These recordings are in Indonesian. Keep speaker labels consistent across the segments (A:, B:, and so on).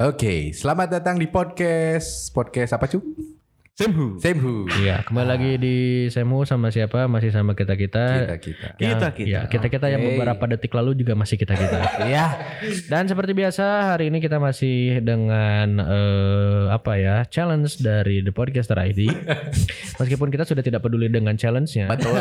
A: Oke, selamat datang di podcast. Podcast apa, Cung?
B: Semhu.
A: Semhu.
C: Iya, kembali lagi di Semu sama siapa? Masih sama kita-kita.
A: Kita-kita.
C: Yang-
B: Kita-kita.
C: Ya, kita-kita yang
A: Oke.
C: beberapa detik lalu juga masih kita-kita.
A: Ya,
C: Dan seperti biasa, hari ini kita masih dengan eh, apa ya? Challenge dari The Podcaster ID. Meskipun kita sudah tidak peduli dengan challenge-nya.
A: betul.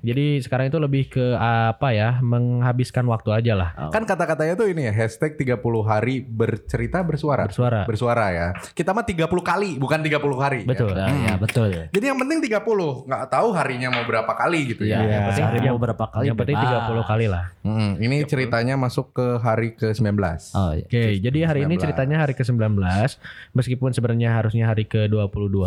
C: Jadi sekarang itu lebih ke apa ya? Menghabiskan waktu aja lah.
A: kan kata-katanya tuh ini ya, hashtag 30 hari bercerita bersuara.
C: Bersuara.
A: Bersuara ya. Kita mah 30 kali, bukan 30 hari. ya.
C: Betul. Iya. Hmm.
B: Nah, ya betul.
A: Jadi yang penting 30, nggak tahu harinya mau berapa kali gitu
C: Iya.
B: Ya,
A: ya.
B: yang penting
C: Yang-
B: mau berapa kali?
C: Yang penting
B: bebas.
C: 30 kali lah.
A: Mm, ini ceritanya masuk ke hari ke-19.
B: Oh iya.
C: Oke, jadi hari ini
A: 19.
C: ceritanya hari ke-19 meskipun sebenarnya harusnya hari ke-22.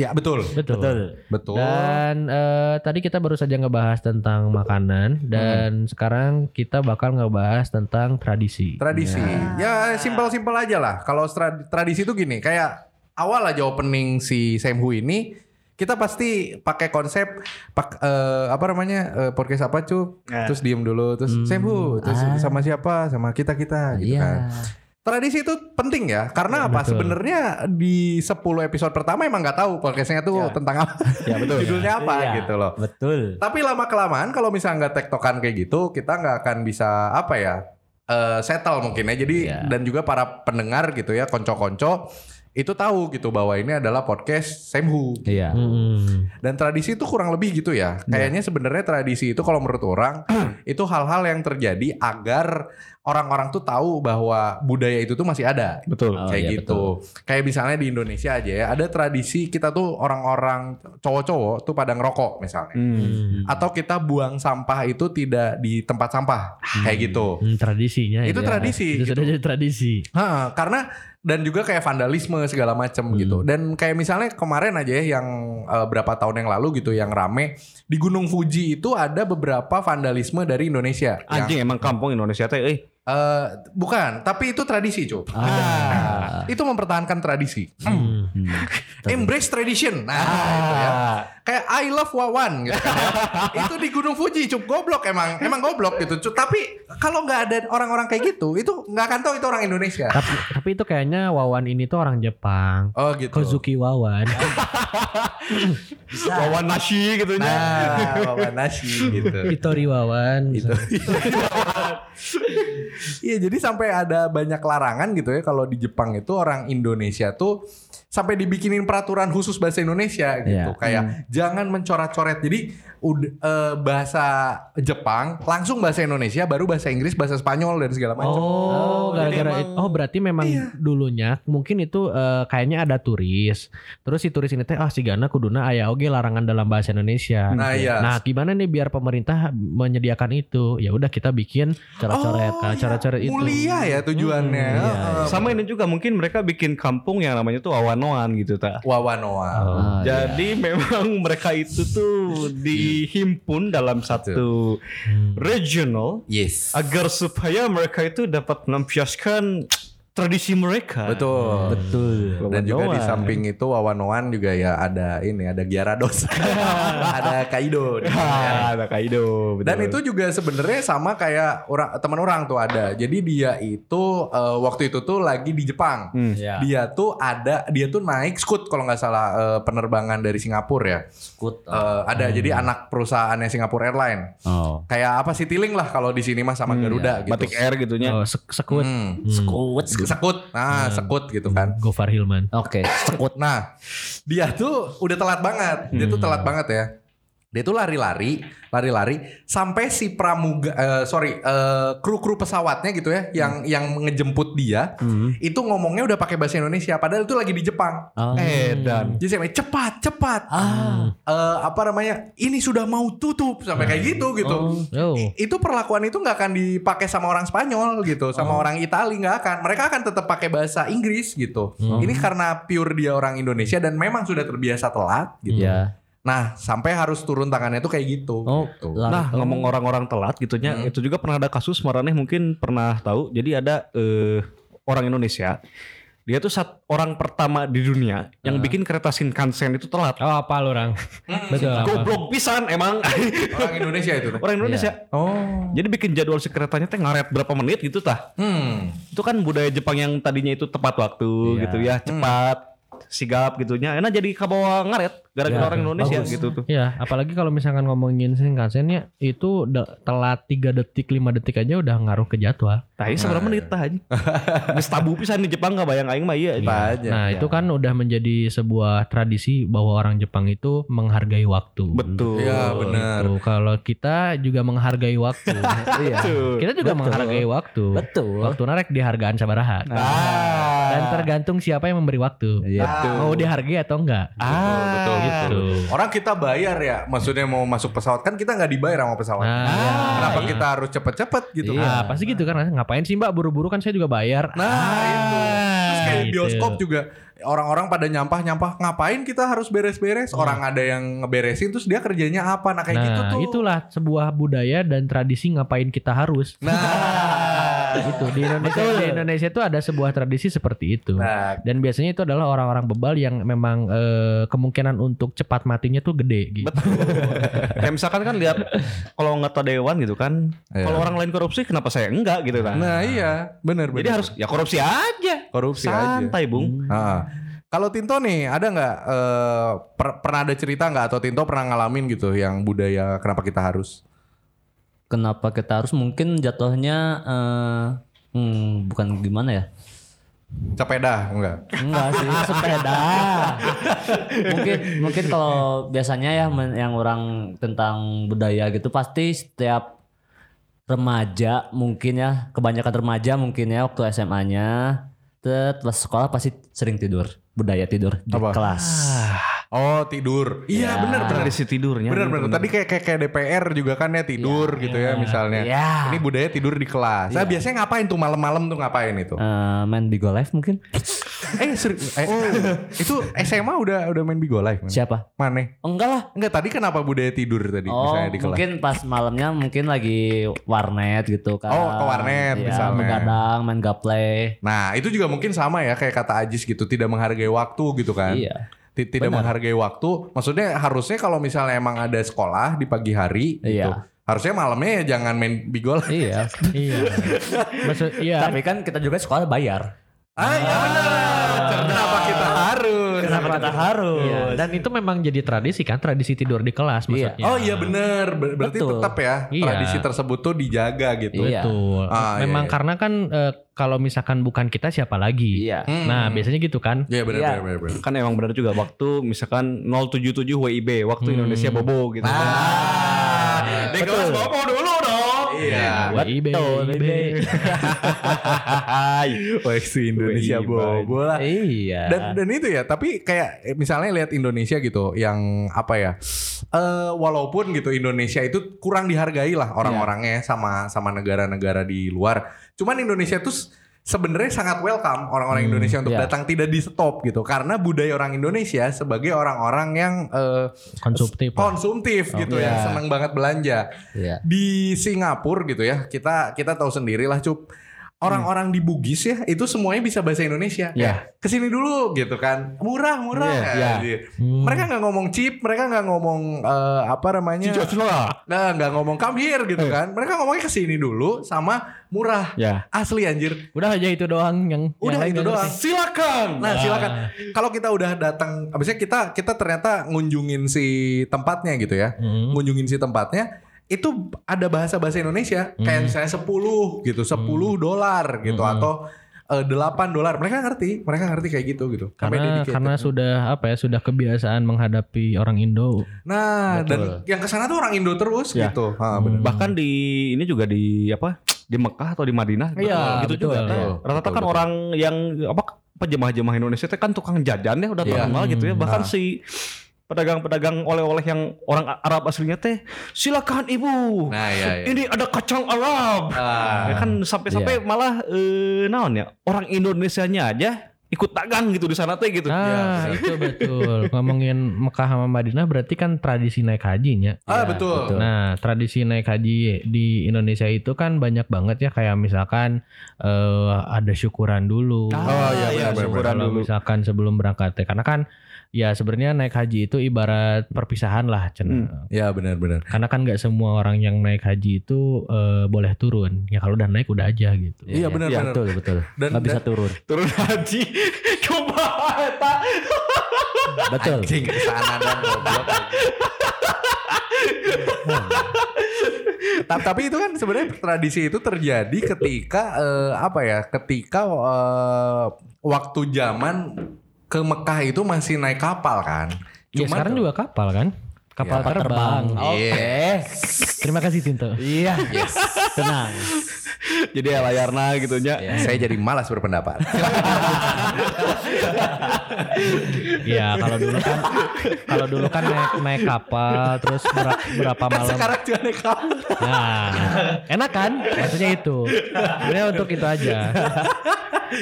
A: Ya, betul.
C: Betul.
B: Betul.
A: Betul.
C: Dan eh, tadi kita baru saja ngebahas tentang
A: Hmm.
C: makanan dan sekarang kita bakal ngebahas tentang tradisi.
A: Tradisi. Ya, simpel-simpel aja lah. Kalau stra- tradisi itu gini, kayak awal aja opening si Sam Hu ini kita pasti pakai konsep pak eh, apa namanya eh, podcast apa cu terus diem dulu terus Sam Hu terus sama siapa sama kita kita gitu kan
B: Iya.
A: tradisi itu penting ya karena apa sebenarnya di 10 episode pertama emang nggak tahu podcastnya tuh tentang apa judulnya apa
B: Iya,
A: gitu loh
B: Betul.
A: tapi lama kelamaan kalau misalnya nggak tektokan kayak gitu, kita nggak akan bisa apa ya eh, settle mungkin ya. Jadi
B: Iya.
A: dan juga para pendengar gitu ya, konco-konco itu tahu gitu bahwa ini adalah podcast Semhu
B: Iya.
C: Hmm.
A: dan tradisi itu kurang lebih gitu ya. Kayaknya sebenarnya tradisi itu kalau menurut orang itu hal-hal yang terjadi agar orang-orang tuh tahu bahwa budaya itu tuh masih ada.
B: Oh, iya, Betul.
A: kayak gitu. Kayak misalnya di Indonesia aja ya, ada tradisi kita tuh orang-orang cowok-cowok tuh pada ngerokok misalnya
C: Hmm.
A: atau kita buang sampah itu tidak di tempat sampah kayak gitu.
C: Hmm, tradisinya
A: Itu
C: ya.
A: tradisi,
C: Itu
A: gitu.
C: sudah jadi tradisi.
A: Ha, karena dan juga kayak vandalisme segala macam
C: Hmm.
A: gitu. Dan kayak misalnya kemarin aja ya yang eh, berapa tahun yang lalu gitu yang rame di Gunung Fuji itu ada beberapa vandalisme dari Indonesia. Yang,
D: Anjing emang kampung Indonesia teh euy.
A: eh, bukan, tapi itu tradisi, Cuk. Ah, Itu mempertahankan tradisi.
C: Hmm. Ah.
A: Embrace tradition. Nah,
D: Ah, gitu
A: itu ya. Kayak I love Wawan gitu. itu di Gunung Fuji cukup goblok emang. Emang goblok gitu. Cu- Tapi kalau nggak ada orang-orang kayak gitu, itu nggak akan tahu itu orang Indonesia.
C: Tapi, tapi itu kayaknya Wawan ini tuh orang Jepang.
A: Oh gitu.
C: Kozuki Wawan.
D: Wawan nasi gitu nya.
A: Nah, Wawan nasi gitu.
C: Itori Wawan.
A: Gitu. Iya, jadi sampai ada banyak larangan gitu ya kalau di Jepang itu orang Indonesia tuh sampai dibikinin peraturan khusus bahasa Indonesia gitu.
B: Iya.
A: Kayak jangan mencoret-coret. Jadi udah eh, bahasa Jepang langsung bahasa Indonesia, baru bahasa Inggris, bahasa Spanyol dan segala macam.
C: Oh,
D: jadi
C: gara-gara
D: emang-
C: itu. Oh, berarti memang
A: iya.
C: dulunya mungkin itu eh, kayaknya ada turis. Terus si turis ini teh ah sigana kuduna aya oge larangan dalam bahasa Indonesia.
A: Nah, iya.
C: Nah, gimana nih biar pemerintah menyediakan itu? Ya udah kita bikin coret-coret,
A: Oh, iya.
C: coret-coret itu.
A: Mulia ya tujuannya.
C: Hmm,
B: iya,
A: Heeh.
D: Sama ini juga mungkin mereka bikin kampung yang namanya tuh Awanoan gitu ta.
A: Wawanoa.
C: Oh.
D: Jadi memang mereka itu tuh dihimpun dalam satu
C: Hmm.
D: regional
A: Yes.
D: agar supaya mereka itu dapat melampiaskan tradisi mereka.
A: iya. Betul.
B: Betul.
A: Dan juga di
D: Wawanoan.
A: samping itu Wawanoan juga ya ada ini ada Gyarados. ada Kaido. di sana.
D: Ah, ada Kaido.
A: Dan itu juga sebenarnya sama kayak orang teman orang tuh ada. Jadi dia itu eh, waktu itu tuh lagi di Jepang.
D: Hmm.
B: Iya.
A: Dia tuh ada dia tuh naik Scoot kalau nggak salah eh, penerbangan dari Singapura ya.
B: Skut.
A: Eh, ada jadi anak perusahaannya Singapura Airline.
B: Oh.
A: Kayak apa sih Tiling lah kalau di sini mah sama Garuda gitu.
D: Hmm, Iya, Batik Air gitunya.
C: Oh, sek- sekut.
A: Hmm.
B: Skut.
A: Sekut. Nah, sekut gitu kan.
C: Gofar Hilman.
B: Hmm. Oke. Skut.
A: Nah, dia tuh udah telat banget. Dia tuh telat banget ya. Dia tuh lari-lari, lari-lari sampai si pramuga eh, sorry, eh, kru-kru pesawatnya gitu ya yang yang ngejemput dia, itu ngomongnya udah pakai bahasa Indonesia padahal itu lagi di Jepang.
B: Oh.
D: Eh dan
A: Jadi sampai cepat, cepat.
B: Ah.
A: Eh, apa namanya? Ini sudah mau tutup sampai kayak gitu gitu.
C: Oh.
A: I- Itu perlakuan itu nggak akan dipakai sama orang Spanyol gitu, sama orang Itali nggak akan. Mereka akan tetap pakai bahasa Inggris gitu. Ini karena pure dia orang Indonesia dan memang sudah terbiasa telat gitu.
B: Iya.
A: Nah, sampai harus turun tangannya tuh kayak gitu.
B: Oh.
A: gitu.
D: Nah, ngomong orang-orang telat gitunya,
A: Hmm.
D: itu juga pernah ada kasus Maraneh mungkin pernah tahu. Jadi ada eh, orang Indonesia dia tuh sat- orang pertama di dunia
A: Ah.
D: yang bikin kereta Shinkansen itu telat.
C: Oh apa lu orang? Betul. apa?
D: Goblok pisan emang
A: Hmm, Orang Indonesia itu.
D: orang Indonesia.
A: Oh.
D: Jadi bikin jadwal si keretanya teh ngaret berapa menit gitu tah.
A: Hmm.
D: Itu kan budaya Jepang yang tadinya itu tepat waktu
C: Iya.
D: gitu ya, cepat, sigap gitunya. Enak jadi kabawa ngaret gara-gara
C: Iya,
D: orang Indonesia
C: bagus.
D: gitu tuh.
C: Ya, apalagi kalau misalkan ngomongin Shinkansen ya itu da- telat 3 detik, 5 detik aja udah ngaruh ke jadwal.
D: Tah ieu Nah, iya, seberapa menit tah anjing. Geus tabu pisan di Jepang bayang aing mah iya, ieu.
A: Banyak.
C: Nah, itu kan udah menjadi sebuah tradisi bahwa orang Jepang itu menghargai waktu.
D: Betul.
A: Iya, benar.
C: Tuh, kalau kita juga menghargai waktu. iya.
D: Betul.
C: Kita juga
B: Betul.
C: menghargai waktu.
B: Betul.
C: Waktu narek dihargaan sabaraha.
D: Ah.
C: iya. Dan tergantung siapa yang memberi waktu.
B: Iya.
C: Mau dihargai atau enggak.
D: Ah,
A: betul, betul.
C: Gitu.
A: Orang kita bayar ya, maksudnya mau masuk pesawat kan kita nggak dibayar sama pesawat.
C: Nah,
A: Kenapa
C: iya.
A: kita harus cepet-cepet gitu?
B: Iya.
C: Ah, pasti gitu kan. Ngapain sih Mbak buru-buru kan saya juga bayar.
A: Nah, itu. Terus kayak
C: gitu.
A: bioskop juga orang-orang pada nyampah-nyampah ngapain kita harus beres-beres? Orang ada yang ngeberesin terus dia kerjanya apa? Nah, kayak
C: nah,
A: gitu tuh.
C: itulah sebuah budaya dan tradisi ngapain kita harus.
A: Nah.
C: itu di Indonesia di Indonesia itu ada sebuah tradisi seperti itu.
A: Nah,
C: Dan biasanya itu adalah orang-orang bebal yang memang eh, kemungkinan untuk cepat matinya tuh gede gitu.
D: Betul. Kayak misalkan kan lihat kalau nggak tahu dewan gitu kan,
A: Iya.
D: kalau orang lain korupsi kenapa saya enggak gitu kan?
A: nah iya, bener bener.
D: Jadi harus ya korupsi aja,
A: korupsi aja.
D: santai bung.
A: Nah, kalau Tinto nih ada nggak eh, per- pernah ada cerita nggak atau Tinto pernah ngalamin gitu yang budaya kenapa kita harus?
B: Kenapa kita harus mungkin jatuhnya eh, hmm, bukan gimana ya?
A: Cepeda enggak?
B: Enggak sih, sepeda. mungkin mungkin kalau biasanya ya men- yang orang tentang budaya gitu pasti setiap remaja mungkin ya, kebanyakan remaja mungkin ya waktu SMA-nya tet pas sekolah pasti sering tidur, budaya tidur di
A: Apa?
B: kelas.
A: Oh tidur. Iya
B: Ya.
A: bener bener.
D: Tradisi tidurnya. gitu.
A: Bener bener. Tadi kayak kayak, kayak DPR juga kan ya tidur gitu ya misalnya.
B: Ya.
A: Ini budaya tidur di kelas. Nah
B: Iya.
A: biasanya ngapain tuh malam-malam tuh ngapain itu?
B: Eh, main Bigo Live mungkin?
A: eh, seri- eh,
B: Oh.
A: itu SMA udah udah main Bigo Live. Man.
B: Siapa?
A: Maneh.
B: Enggak lah.
A: Enggak tadi kenapa budaya tidur tadi
B: Oh,
A: misalnya di kelas?
B: mungkin pas malamnya mungkin lagi warnet gitu kan.
A: Oh, ke warnet
B: Iya,
A: misalnya.
B: Begadang, main gaple.
A: Nah itu juga mungkin sama ya kayak kata Ajis gitu tidak menghargai waktu gitu kan?
B: Iya.
A: Ti- Tidak menghargai waktu. Maksudnya harusnya kalau misalnya emang ada sekolah di pagi hari gitu.
B: Iya.
A: Harusnya malamnya ya jangan main Bigo Live.
B: Iya.
C: iya.
A: Ya.
C: Maksud iya.
B: Tapi kan kita juga sekolah bayar.
A: Ah, iya benar. Kenapa kita harus?
B: Kenapa kita harus?
C: Iya, dan itu memang jadi tradisi kan, tradisi tidur di kelas
B: Iya.
C: maksudnya.
A: Oh iya bener, Ber- berarti
B: Betul.
A: tetap ya
C: Iya.
A: tradisi tersebut tuh dijaga gitu.
B: Iya.
C: Betul.
A: Ah, iya,
C: memang
A: iya.
C: karena kan eh, kalau misalkan bukan kita siapa lagi?
B: Iya.
A: Hmm.
C: Nah, biasanya gitu kan.
A: Iya benar
B: Iya.
A: benar benar, benar.
D: Kan emang benar juga waktu misalkan 077 WIB waktu
C: Hmm.
D: Indonesia bobo gitu.
A: Ah,
D: Di kelas bobo dulu dong.
A: Iya.
C: WIB, WIB.
A: Wah, si Indonesia
D: Wih,
A: bobo lah.
B: Iya.
A: Dan dan itu ya, tapi kayak eh, misalnya lihat Indonesia gitu yang apa ya? eh, walaupun gitu Indonesia itu kurang dihargai lah orang-orangnya sama sama negara-negara di luar. Cuman Indonesia tuh s- sebenarnya sangat welcome orang-orang Indonesia untuk
B: iya.
A: datang tidak di stop gitu karena budaya orang Indonesia sebagai orang-orang yang eh,
C: Konsumtif.
A: konsumtif gitu ya,
B: Iya.
A: senang banget belanja.
B: Iya.
A: Di Singapura gitu ya, kita kita tahu sendiri lah cup. Orang-orang di Bugis ya, itu semuanya bisa bahasa Indonesia.
C: Ya.
D: Iya.
A: Kayak, Kesini dulu gitu kan, murah murah.
D: Iya,
A: Anjir.
C: Hmm.
A: Mereka nggak ngomong chip, mereka nggak ngomong eh, apa namanya, nah, nggak ngomong come here
C: Eh.
A: gitu kan. Mereka ngomongnya kesini dulu sama murah.
D: Ya.
A: Asli anjir.
C: Udah aja itu doang yang
A: Udah
C: yang lain
A: itu
C: nggak
A: doang.
C: ngerti.
A: Silakan. Nah,
C: Wah.
A: silakan. Kalau kita udah datang, abisnya kita kita ternyata ngunjungin si tempatnya gitu ya.
C: Hmm.
A: Ngunjungin si tempatnya itu ada bahasa-bahasa Indonesia kayak misalnya 10 gitu, 10 dolar gitu atau eh, 8 dolar. Mereka ngerti, mereka ngerti kayak gitu gitu. Sampai
C: Karena
A: dedicated.
C: karena sudah apa ya, sudah kebiasaan menghadapi orang Indo.
A: Nah, dan yang kesana tuh orang Indo terus
D: Ya.
A: gitu. Ha, bener.
D: Bahkan di ini juga di apa? Di Mekah atau di Madinah
C: Iya,
D: gitu
C: betul,
D: juga.
C: iya.
D: Rata-rata
A: Betul,
D: kan
A: betul.
D: orang yang apa penjemaah-jemaah Indonesia itu kan tukang jajan ya udah
A: Iya.
D: terkenal gitu ya.
A: Nah.
D: Bahkan si pedagang-pedagang oleh-oleh yang orang A- Arab aslinya teh silakan ibu.
A: Nah, ya ya.
D: Ini ada kacang Arab.
A: Ah.
D: iya. Ya kan sampai-sampai malah eh, naon ya orang Indonesianya aja ikut dagang gitu di sana teh gitu.
C: Nah, itu betul. Ngomongin Mekah sama Madinah berarti kan tradisi naik hajinya.
A: Ah betul.
B: betul.
C: Nah, tradisi naik haji di Indonesia itu kan banyak banget ya kayak misalkan eh, ada syukuran dulu.
A: Oh, iya,
D: iya,
A: benar-benar.
D: syukuran
C: Kalau
D: dulu.
C: misalkan sebelum berangkat teh. karena kan ya sebenarnya naik haji itu ibarat perpisahan lah Cen.
A: Ya benar-benar.
C: karena kan nggak semua orang yang naik haji itu eh, boleh turun ya kalau udah naik udah aja gitu
A: Iya benar benar.
B: Iya, betul betul.
A: Dan-
B: Nggak bisa turun.
D: Turun haji. Coba eta.
B: Betul.
A: Anjing kesana dan goblok. Ta- Tapi itu kan sebenarnya tradisi itu terjadi ketika eh, apa ya? Ketika eh, waktu zaman ke Mekah itu masih naik kapal kan.
C: ya, sekarang juga kapal kan kapal
A: Iya.
C: terbang
A: Yes.
C: terima kasih Tinto
B: Iya. Yes. Tenang.
D: Jadi ya layarna gitu nya.
A: Saya jadi malas berpendapat.
C: Iya kalau dulu kan kalau dulu kan naik naik kapal terus ber- berapa
A: kan
C: malam
A: sekarang juga naik kapal.
C: Nah, enak kan? Maksudnya itu. Sebenarnya untuk itu aja.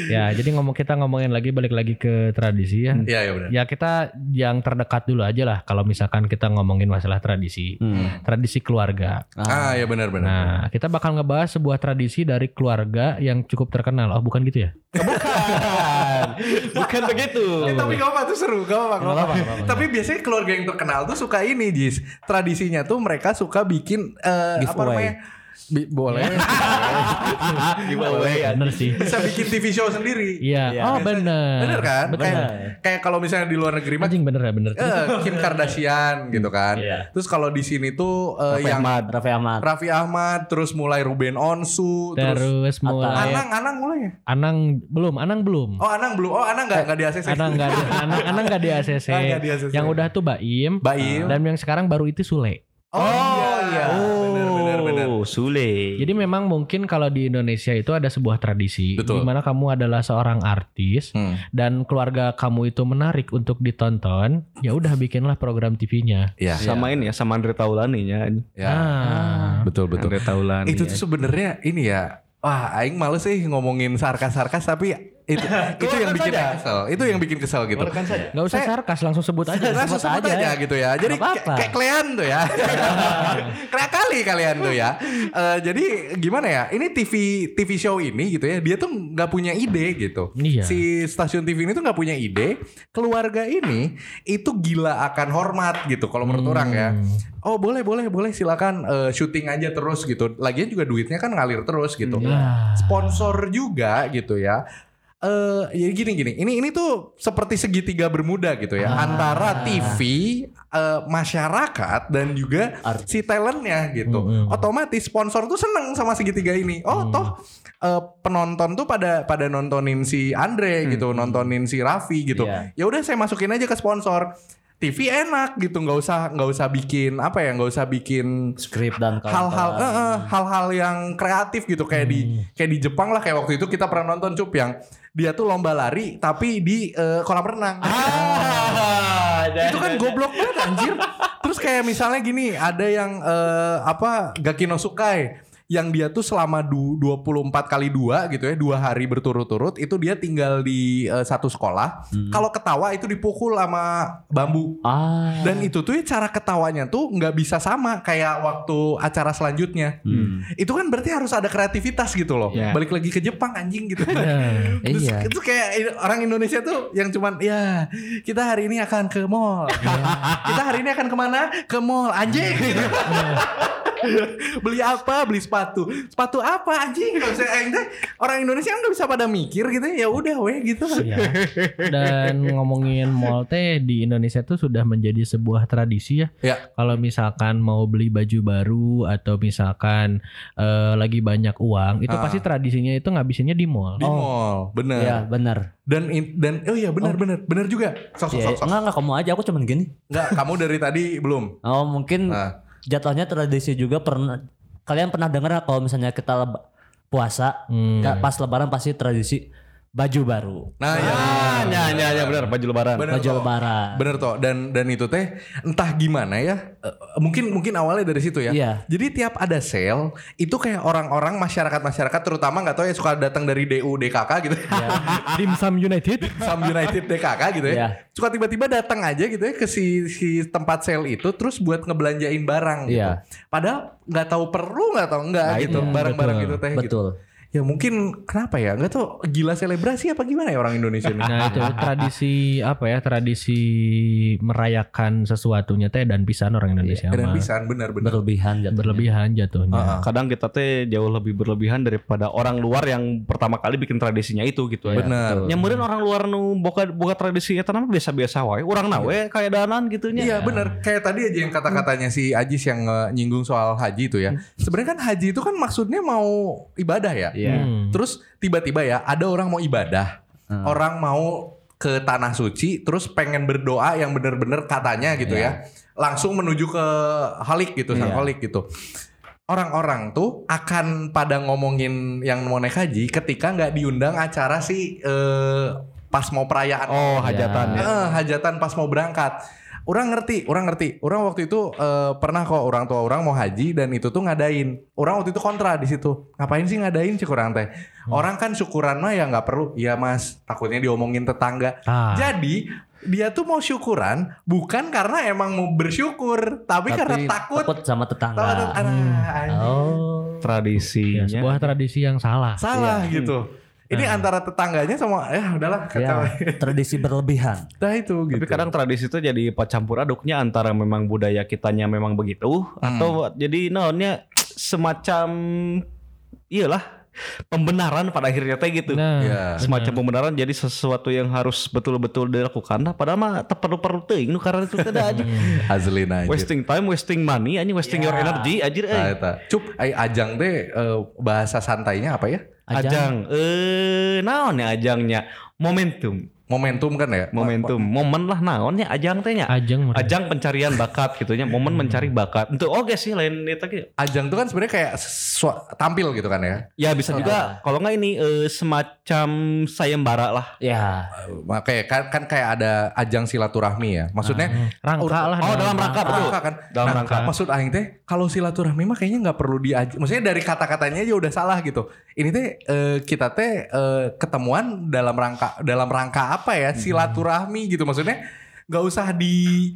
C: Ya, jadi ngomong kita ngomongin lagi balik lagi ke tradisi ya.
A: Iya, iya benar.
C: Ya kita yang terdekat dulu aja lah kalau misalkan kita ngomongin masalah tradisi.
B: Hmm.
C: Tradisi keluarga.
A: Ah, ya benar benar.
C: Nah, kita bakal ngebahas sebuah tradisi dari keluarga yang cukup terkenal. Oh, bukan gitu ya?
D: Bukan begitu.
A: Eh, tapi gak apa tuh seru, gak apa, gak apa. Tapi biasanya keluarga yang terkenal tuh suka ini, Jis. Tradisinya tuh mereka suka bikin eh, apa
B: Giveaway.
A: namanya? Bi- boleh.
D: Giveaway.
A: Iya.
C: Bener sih.
A: Bisa bikin TV show sendiri.
C: Iya.
B: Iya.
C: Oh,
A: Biasanya-
C: bener.
A: Bener kan?
C: Bener.
A: Kayak, kayak kalau misalnya di luar negeri mah
C: Anjing bener ya, bener.
A: eh, Kim Kardashian gitu kan.
C: Iya.
A: Terus kalau di sini tuh eh, yang
B: Raffi Ahmad.
A: Raffi Ahmad, terus mulai Ruben Onsu, terus
C: Terus mulai
A: Anang, Anang mulai ya?
C: Anang belum, Anang belum.
A: Oh Anang belum, oh Anang gak, nggak di ACC.
C: Anak nggak di anak anak nggak di ACC.
A: Ah, nggak di ACC.
C: Yang udah Ah. tuh Baim.
A: Baim.
C: Dan yang sekarang baru itu Sule.
A: Oh, iya. Bener, bener, bener.
D: Oh, Sule.
C: Jadi memang mungkin kalau di Indonesia itu ada sebuah
A: Iya.
C: tradisi
A: Betul.
C: di mana kamu adalah seorang artis
A: Hmm.
C: dan keluarga kamu itu menarik untuk ditonton, ya udah bikinlah program TV-nya.
A: Iya.
D: sama ini ya sama Andre Taulani nya.
A: Ya.
C: Ah.
A: Betul betul.
D: Andre iya. Taulani.
A: itu tuh sebenarnya ini ya. Wah, aing males sih ngomongin sarkas-sarkas tapi itu itu yang bikin kesel. Itu yang bikin kesel gitu.
C: Nggak usah sarkas, langsung sebut aja.
A: Langsung sebut aja, gitu ya. Jadi
B: Nggak apa-apa.
A: kayak kayak kalian tuh ya. Kayak kali kalian tuh ya. Eh, jadi gimana ya? Ini TV TV show ini gitu ya. Dia tuh nggak punya ide gitu.
C: Iya.
A: Si stasiun TV ini tuh nggak punya ide. Keluarga ini itu gila akan hormat gitu kalau menurut orang ya. Oh boleh boleh boleh silakan eh, syuting aja terus gitu. Lagian juga duitnya kan ngalir terus gitu
C: Nah.
A: sponsor juga gitu ya. Eh ya gini gini. Ini ini tuh seperti segitiga bermuda gitu ya antara TV, eh, masyarakat dan juga
B: Artis.
A: si talentnya gitu.
C: Mm, mm.
A: Otomatis sponsor tuh seneng sama segitiga ini. Oh toh eh, penonton tuh pada pada nontonin si Andre gitu, nontonin si Raffi gitu.
B: Iya.
A: Ya udah saya masukin aja ke sponsor. TV enak gitu, nggak usah nggak usah bikin apa ya, nggak usah bikin
B: Skrip dan
A: hal-hal
B: kawan-kawan.
A: eh, eh, hal-hal yang kreatif gitu kayak di kayak di Jepang lah kayak waktu itu kita pernah nonton cup yang dia tuh lomba lari tapi di eh, kolam renang.
D: Ah.
A: itu kan goblok banget anjir. Terus kayak misalnya gini, ada yang eh, apa Gaki no Sukai yang dia tuh selama du- 24 kali dua gitu ya, dua hari berturut-turut itu dia tinggal di eh, satu sekolah. Kalau ketawa itu dipukul sama bambu.
B: Ah.
A: Dan itu tuh ya cara ketawanya tuh nggak bisa sama kayak waktu acara selanjutnya. Itu kan berarti harus ada kreativitas gitu loh.
D: Iya.
A: Balik lagi ke Jepang anjing gitu.
C: Nah.
A: Terus
B: Iya.
A: itu kayak i- orang Indonesia tuh yang cuman ya kita hari ini akan ke mall.
B: Iya.
A: kita hari ini akan kemana? Ke mall anjing.
B: Iya.
A: beli apa? Beli sepatu. Sepatu apa anjing? Nggak usah, eh, ente- orang Indonesia nggak bisa pada mikir gitu. Ya udah weh gitu.
C: Ya.
B: Iya.
C: Dan ngomongin mall teh di Indonesia tuh sudah menjadi sebuah tradisi ya.
A: Ya.
C: Kalau misalkan mau beli baju baru atau misalkan eh, lagi banyak uang, itu
A: Ah. Ya.
C: pasti tradisinya itu ngabisinnya di mall.
A: Di
B: Oh.
A: mall, bener.
B: Iya benar.
A: Dan in- dan oh iya benar benar benar juga. Sok sok
B: Ya,
A: sok, sok.
B: enggak enggak kamu aja aku cuman gini.
A: Enggak, kamu dari tadi belum.
B: Oh mungkin
A: Nah,
B: jatuhnya tradisi juga pernah kalian pernah dengar nggak kalau misalnya kita leba- puasa
C: Hmm.
A: Ya.
B: nggak pas lebaran pasti tradisi baju baru,
A: Nah,
B: Iya.
A: ya.
D: Ah, ya, ya, ya benar baju lebaran.
A: Bener, Oh.
B: baju
A: toh.
B: lebaran.
A: Bener toh dan dan itu teh entah gimana ya eh, mungkin mungkin awalnya dari situ ya.
B: Iya.
A: Jadi tiap ada sale itu kayak orang-orang masyarakat masyarakat terutama nggak tahu ya suka datang dari DU DKK gitu.
C: Dimsum United.
A: Sam United DKK gitu ya.
B: Iya.
A: Suka tiba-tiba datang aja gitu ya ke si, si tempat sale itu terus buat ngebelanjain barang gitu.
B: Iya.
A: Padahal nggak tahu perlu nggak tahu nggak
D: Nah,
A: gitu
B: iya,
A: barang-barang
D: betul.
A: gitu teh gitu.
B: Betul.
A: Ya mungkin kenapa ya nggak tahu gila selebrasi apa gimana ya orang Indonesia ini.
C: Nah itu tradisi apa ya tradisi merayakan sesuatunya teh dan pisan orang Indonesia
A: Iya,
B: Iya,
A: Dan
C: mah.
A: pisan Ah. benar-benar.
B: Berlebihan jatuhnya.
C: berlebihan jatuhnya.
D: Kadang kita teh jauh lebih berlebihan daripada orang luar yang pertama kali bikin tradisinya itu gitu ya.
A: Benar.
D: Nyamurin orang luar nu boga boga tradisi eta nama biasa-biasa wae. Urang na we kayak danan gitu nya.
A: Iya benar. Kayak tadi aja yang kata-katanya si Ajis yang eh, nyinggung soal haji itu ya. Sebenarnya kan haji itu kan maksudnya mau ibadah ya.
D: Iya,
C: Hmm.
A: Terus tiba-tiba ya ada orang mau ibadah, orang mau ke tanah suci, terus pengen berdoa yang bener-bener katanya gitu ya, langsung menuju ke halik gitu, sang holik gitu. Orang-orang tuh akan pada ngomongin yang mau naik haji ketika nggak diundang acara si eh, pas mau perayaan
D: Oh, hajatan ya.
A: Eh, hajatan pas mau berangkat. Orang ngerti, orang ngerti. Orang waktu itu eh, pernah kok orang tua orang mau haji dan itu tuh ngadain. Orang waktu itu kontra di situ. Ngapain sih ngadain sih kurang teh? Orang kan syukuran mah ya nggak perlu. Iya mas, takutnya diomongin tetangga.
C: Ah.
A: Jadi dia tuh mau syukuran bukan karena emang mau bersyukur, tapi, karena takut.
B: takut sama tetangga. Hmm.
A: Takut, ah, anjing.
C: Oh.
D: Tradisinya.
C: Ya, sebuah tradisi yang salah.
A: Salah
D: Iya.
A: gitu.
D: Hmm.
A: Ini antara tetangganya sama ya udahlah
B: Ya,
A: kacau.
B: tradisi berlebihan.
A: Nah itu gitu.
D: Tapi kadang tradisi itu jadi pacampur aduknya antara memang budaya kitanya memang begitu atau jadi naonnya semacam iyalah pembenaran pada akhirnya teh gitu.
C: Nah,
A: Ya.
D: semacam pembenaran jadi sesuatu yang harus betul-betul dilakukan nah, padahal mah tak perlu perlu teuing nu karena itu teh aja
A: Azlina anjir.
D: wasting time wasting money anjing wasting your energy anjir
A: Nah,
D: eh
A: eta. Cup, ai ajang teh eh, bahasa santainya apa ya?
D: ajang eh naon ya ajangnya momentum
A: Momentum kan ya?
D: momentum momen lah naonnya ajang teh nya
C: ajeng mereka.
D: ajang pencarian bakat gitu nya momen mencari bakat untuk oke sih lain itu ge.
A: Ajang tuh kan sebenarnya kayak sua- tampil gitu kan ya.
D: ya bisa juga kalau nggak ini eh, semacam sayembara lah
B: Ya,
D: Iya.
A: Kayak kan, kan kayak ada ajang silaturahmi ya.
D: Ah.
A: Maksudnya
C: Hmm. rangka
A: Ur-
C: lah.
D: oh dalam rangka betul
A: rangka kan.
D: dalam
A: Nah,
D: rangka
A: Maksud aing teh kalau silaturahmi mah kayaknya nggak perlu diajak. Maksudnya dari kata-katanya aja udah salah gitu. Ini teh eh, kita teh eh, ketemuan dalam rangka dalam rangka apa
D: Hmm.
A: ya? Silaturahmi gitu maksudnya nggak usah di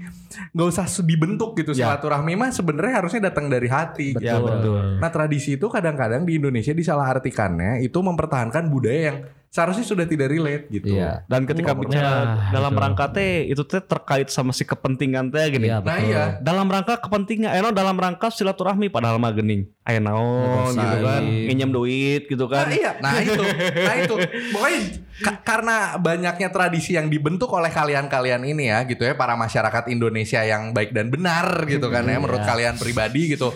A: nggak usah dibentuk gitu
D: Ya.
A: silaturahmi mah sebenarnya harusnya datang dari hati gitu.
D: ya betul
A: Nah tradisi itu kadang-kadang di Indonesia disalahartikannya itu mempertahankan budaya yang seharusnya sudah tidak relate gitu.
B: Iya.
D: dan ketika
A: Nah,
D: bicara dalam
C: itu.
D: rangka teh itu teh terkait sama si kepentingan teh gini
B: Iya,
A: Nah
B: Betul.
A: iya.
D: dalam rangka kepentingan eh no, dalam rangka silaturahmi padahal mah gening ayo naon
B: Ngerasain.
D: gitu kan nginjem duit gitu
A: Nah,
D: kan
A: iya, nah itu, nah itu, pokoknya ka- karena banyaknya tradisi yang dibentuk oleh kalian-kalian ini ya, gitu ya, para masyarakat Indonesia yang baik dan benar, gitu kan ya,
D: Iya.
A: menurut kalian pribadi gitu.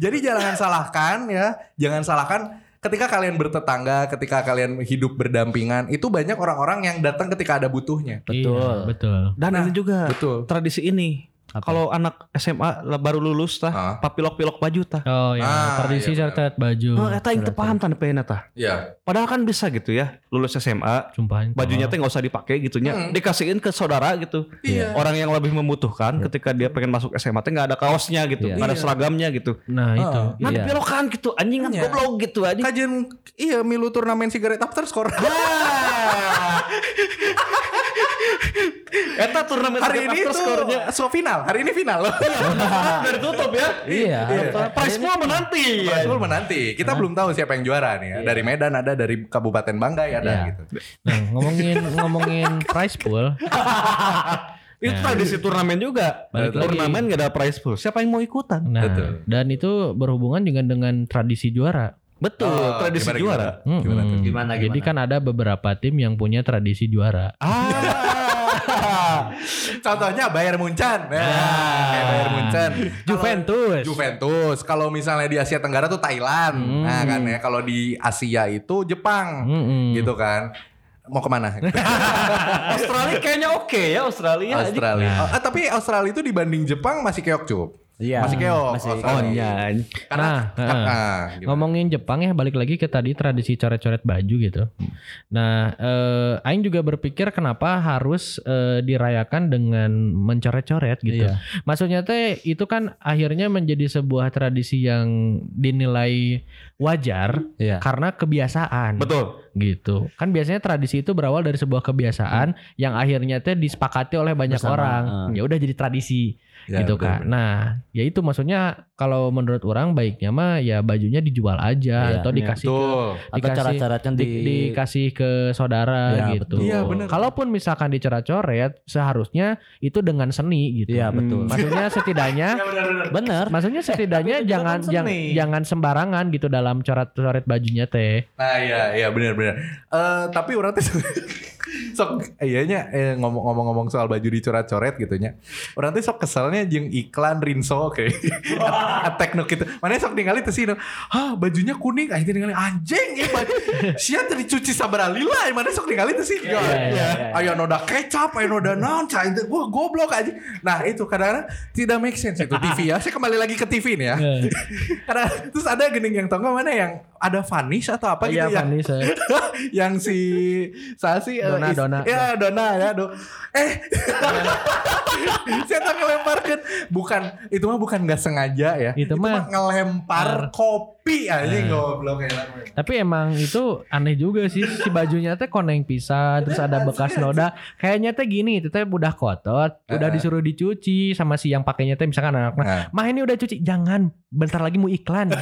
A: Jadi jangan salahkan ya, jangan salahkan ketika kalian bertetangga, ketika kalian hidup berdampingan, itu banyak orang-orang yang datang ketika ada butuhnya.
C: Betul. Iya, betul.
D: dan
A: Nah,
D: ini juga
A: Betul.
D: tradisi ini kalau anak SMA lah baru lulus
A: Ah.
D: tah papilok-pilok baju tah
C: Oh ya,
A: Ah,
C: tradisi
A: iya,
C: serta baju.
D: Oh, eta yang teu paham tanda pena tah.
A: Ya.
D: Padahal kan bisa gitu ya, lulus SMA,
C: Cumpahan.
D: bajunya
B: Ah.
D: teh nggak usah dipakai gitunya,
A: Hmm.
D: dikasihin ke saudara gitu.
A: Iya.
D: Orang yang lebih membutuhkan ketika dia pengen masuk SMA teh nggak ada kaosnya gitu,
B: Iya.
D: nggak ada
A: Iya.
D: seragamnya gitu.
C: Nah
A: Ah.
C: itu.
D: Nah,
B: Iya.
D: dipilokan gitu, anjing kan
A: Iya.
D: goblok gitu anjing.
A: Kajian iya milu turnamen sigaret after score.
D: Iya. Eta turnamen
A: Hari
D: sakit
A: ini
D: after
A: tuh
D: score-nya. Iya.
A: so final. Hari ini final loh.
D: Dari tutup ya.
B: Iya.
D: Price pool menanti.
A: Prize pool menanti. Kita belum tahu siapa yang juara nih ya. Dari Medan ada, dari Kabupaten Banggai ada
B: Iya.
A: gitu.
C: Nah, ngomongin ngomongin price pool.
D: Itu
A: Nah,
D: tradisi
A: iya.
D: turnamen juga.
C: Balik lagi.
D: Turnamen gak ada prize pool. Siapa yang mau ikutan?
C: Nah,
A: Betul.
C: dan itu berhubungan juga dengan tradisi juara.
D: Betul,
A: Oh,
D: tradisi
A: gimana, Hmm.
D: juara.
C: Mm-mm.
A: Gimana tuh?
B: Gimana,
C: Jadi
B: gimana?
C: kan ada beberapa tim yang punya tradisi juara.
D: Ah.
A: Contohnya Bayar Muncan. Nah, kayak Bayar Muncan.
C: Juventus.
A: Juventus. Kalau misalnya di Asia Tenggara tuh Thailand. Nah kan ya. Kalau di Asia itu Jepang.
C: Mm-mm.
A: Gitu kan. Mau kemana?
D: Australia kayaknya oke ya Australia. anjing.
A: eh, Australia. Oh, ah, tapi Australia itu dibanding Jepang masih keok cup.
B: Iya.
A: Masih keok.
B: Masih
A: Australia.
D: Oh nyanyi.
A: Karena Ah,
C: Nah, heeh.
A: ah, gitu.
C: Ngomongin Jepang ya balik lagi ke tadi tradisi coret-coret baju gitu.
A: Hmm.
C: Nah, eh, aing juga berpikir kenapa harus eh, dirayakan dengan mencoret-coret gitu.
B: Iya.
C: Maksudnya teh itu kan akhirnya menjadi sebuah tradisi yang dinilai wajar
B: Iya.
C: karena kebiasaan
D: Betul.
C: gitu. Kan biasanya tradisi itu berawal dari sebuah kebiasaan yang akhirnya teh disepakati oleh banyak
B: Bersama,
C: orang.
B: eh.
C: Ya udah jadi tradisi
A: Ya,
C: gitu
A: betul,
C: kan. Nah, ya itu maksudnya kalau menurut orang baiknya mah ya bajunya dijual aja
B: Iya.
C: atau
D: Iya,
C: dikasih ke-
A: Betul.
B: Atau
C: dikasih-
B: cara-caranya di,
C: di- dikasih ke saudara
B: Iya,
C: gitu.
B: betul.
A: Iya, bener.
C: Kalaupun misalkan dicoret-coret, seharusnya itu dengan seni gitu.
B: Iya,
D: Hmm.
B: betul.
C: Maksudnya setidaknya
B: Bener.
C: maksudnya setidaknya
D: tapi itu juga
C: jangan
D: kan
C: jang-
D: seni.
C: jangan sembarangan gitu dalam coret-coret bajunya teh.
A: Nah iya iya benar benar. Eh tapi orang tuh sok iyanya eh, ngomong- ngomong-ngomong soal baju dicoret-coret gitu nya. Orang tuh sok keselnya jeung iklan Rinso kayak attack nu gitu. Mana sok ningali teh sih Hah bajunya kuning aja ningali anjing ieu baju. Sia teh dicuci sabaralila eh, mana sok ningali teh sih.
B: iya, iya.
A: Aya noda kecap, aya noda naon cai teh wah goblok aja. Nah itu kadang-kadang tidak make sense itu TV ya. Saya kembali lagi ke TV nih ya.
B: Iya.
A: Karena terus ada gening yang tonggo mana yang ada Vanis atau apa
B: Iya,
A: gitu ya.
C: Fanny, saya.
A: yang si Sasi eh,
C: Dona, Dona.
A: ya Dona ya do eh saya tak ngelemparkan bukan itu mah bukan nggak sengaja ya
C: Itu mah- Eh.
A: ngelempar kopi anjing goblok ya. enak.
C: Tapi emang itu aneh juga sih si bajunya teh koneng pisan terus ada bekas noda. Kayaknya teh gini, itu teh udah kotor, udah disuruh dicuci sama si yang pakainya teh misalkan anak
A: Heeh.
C: Mah ini udah cuci, jangan bentar lagi mau iklan.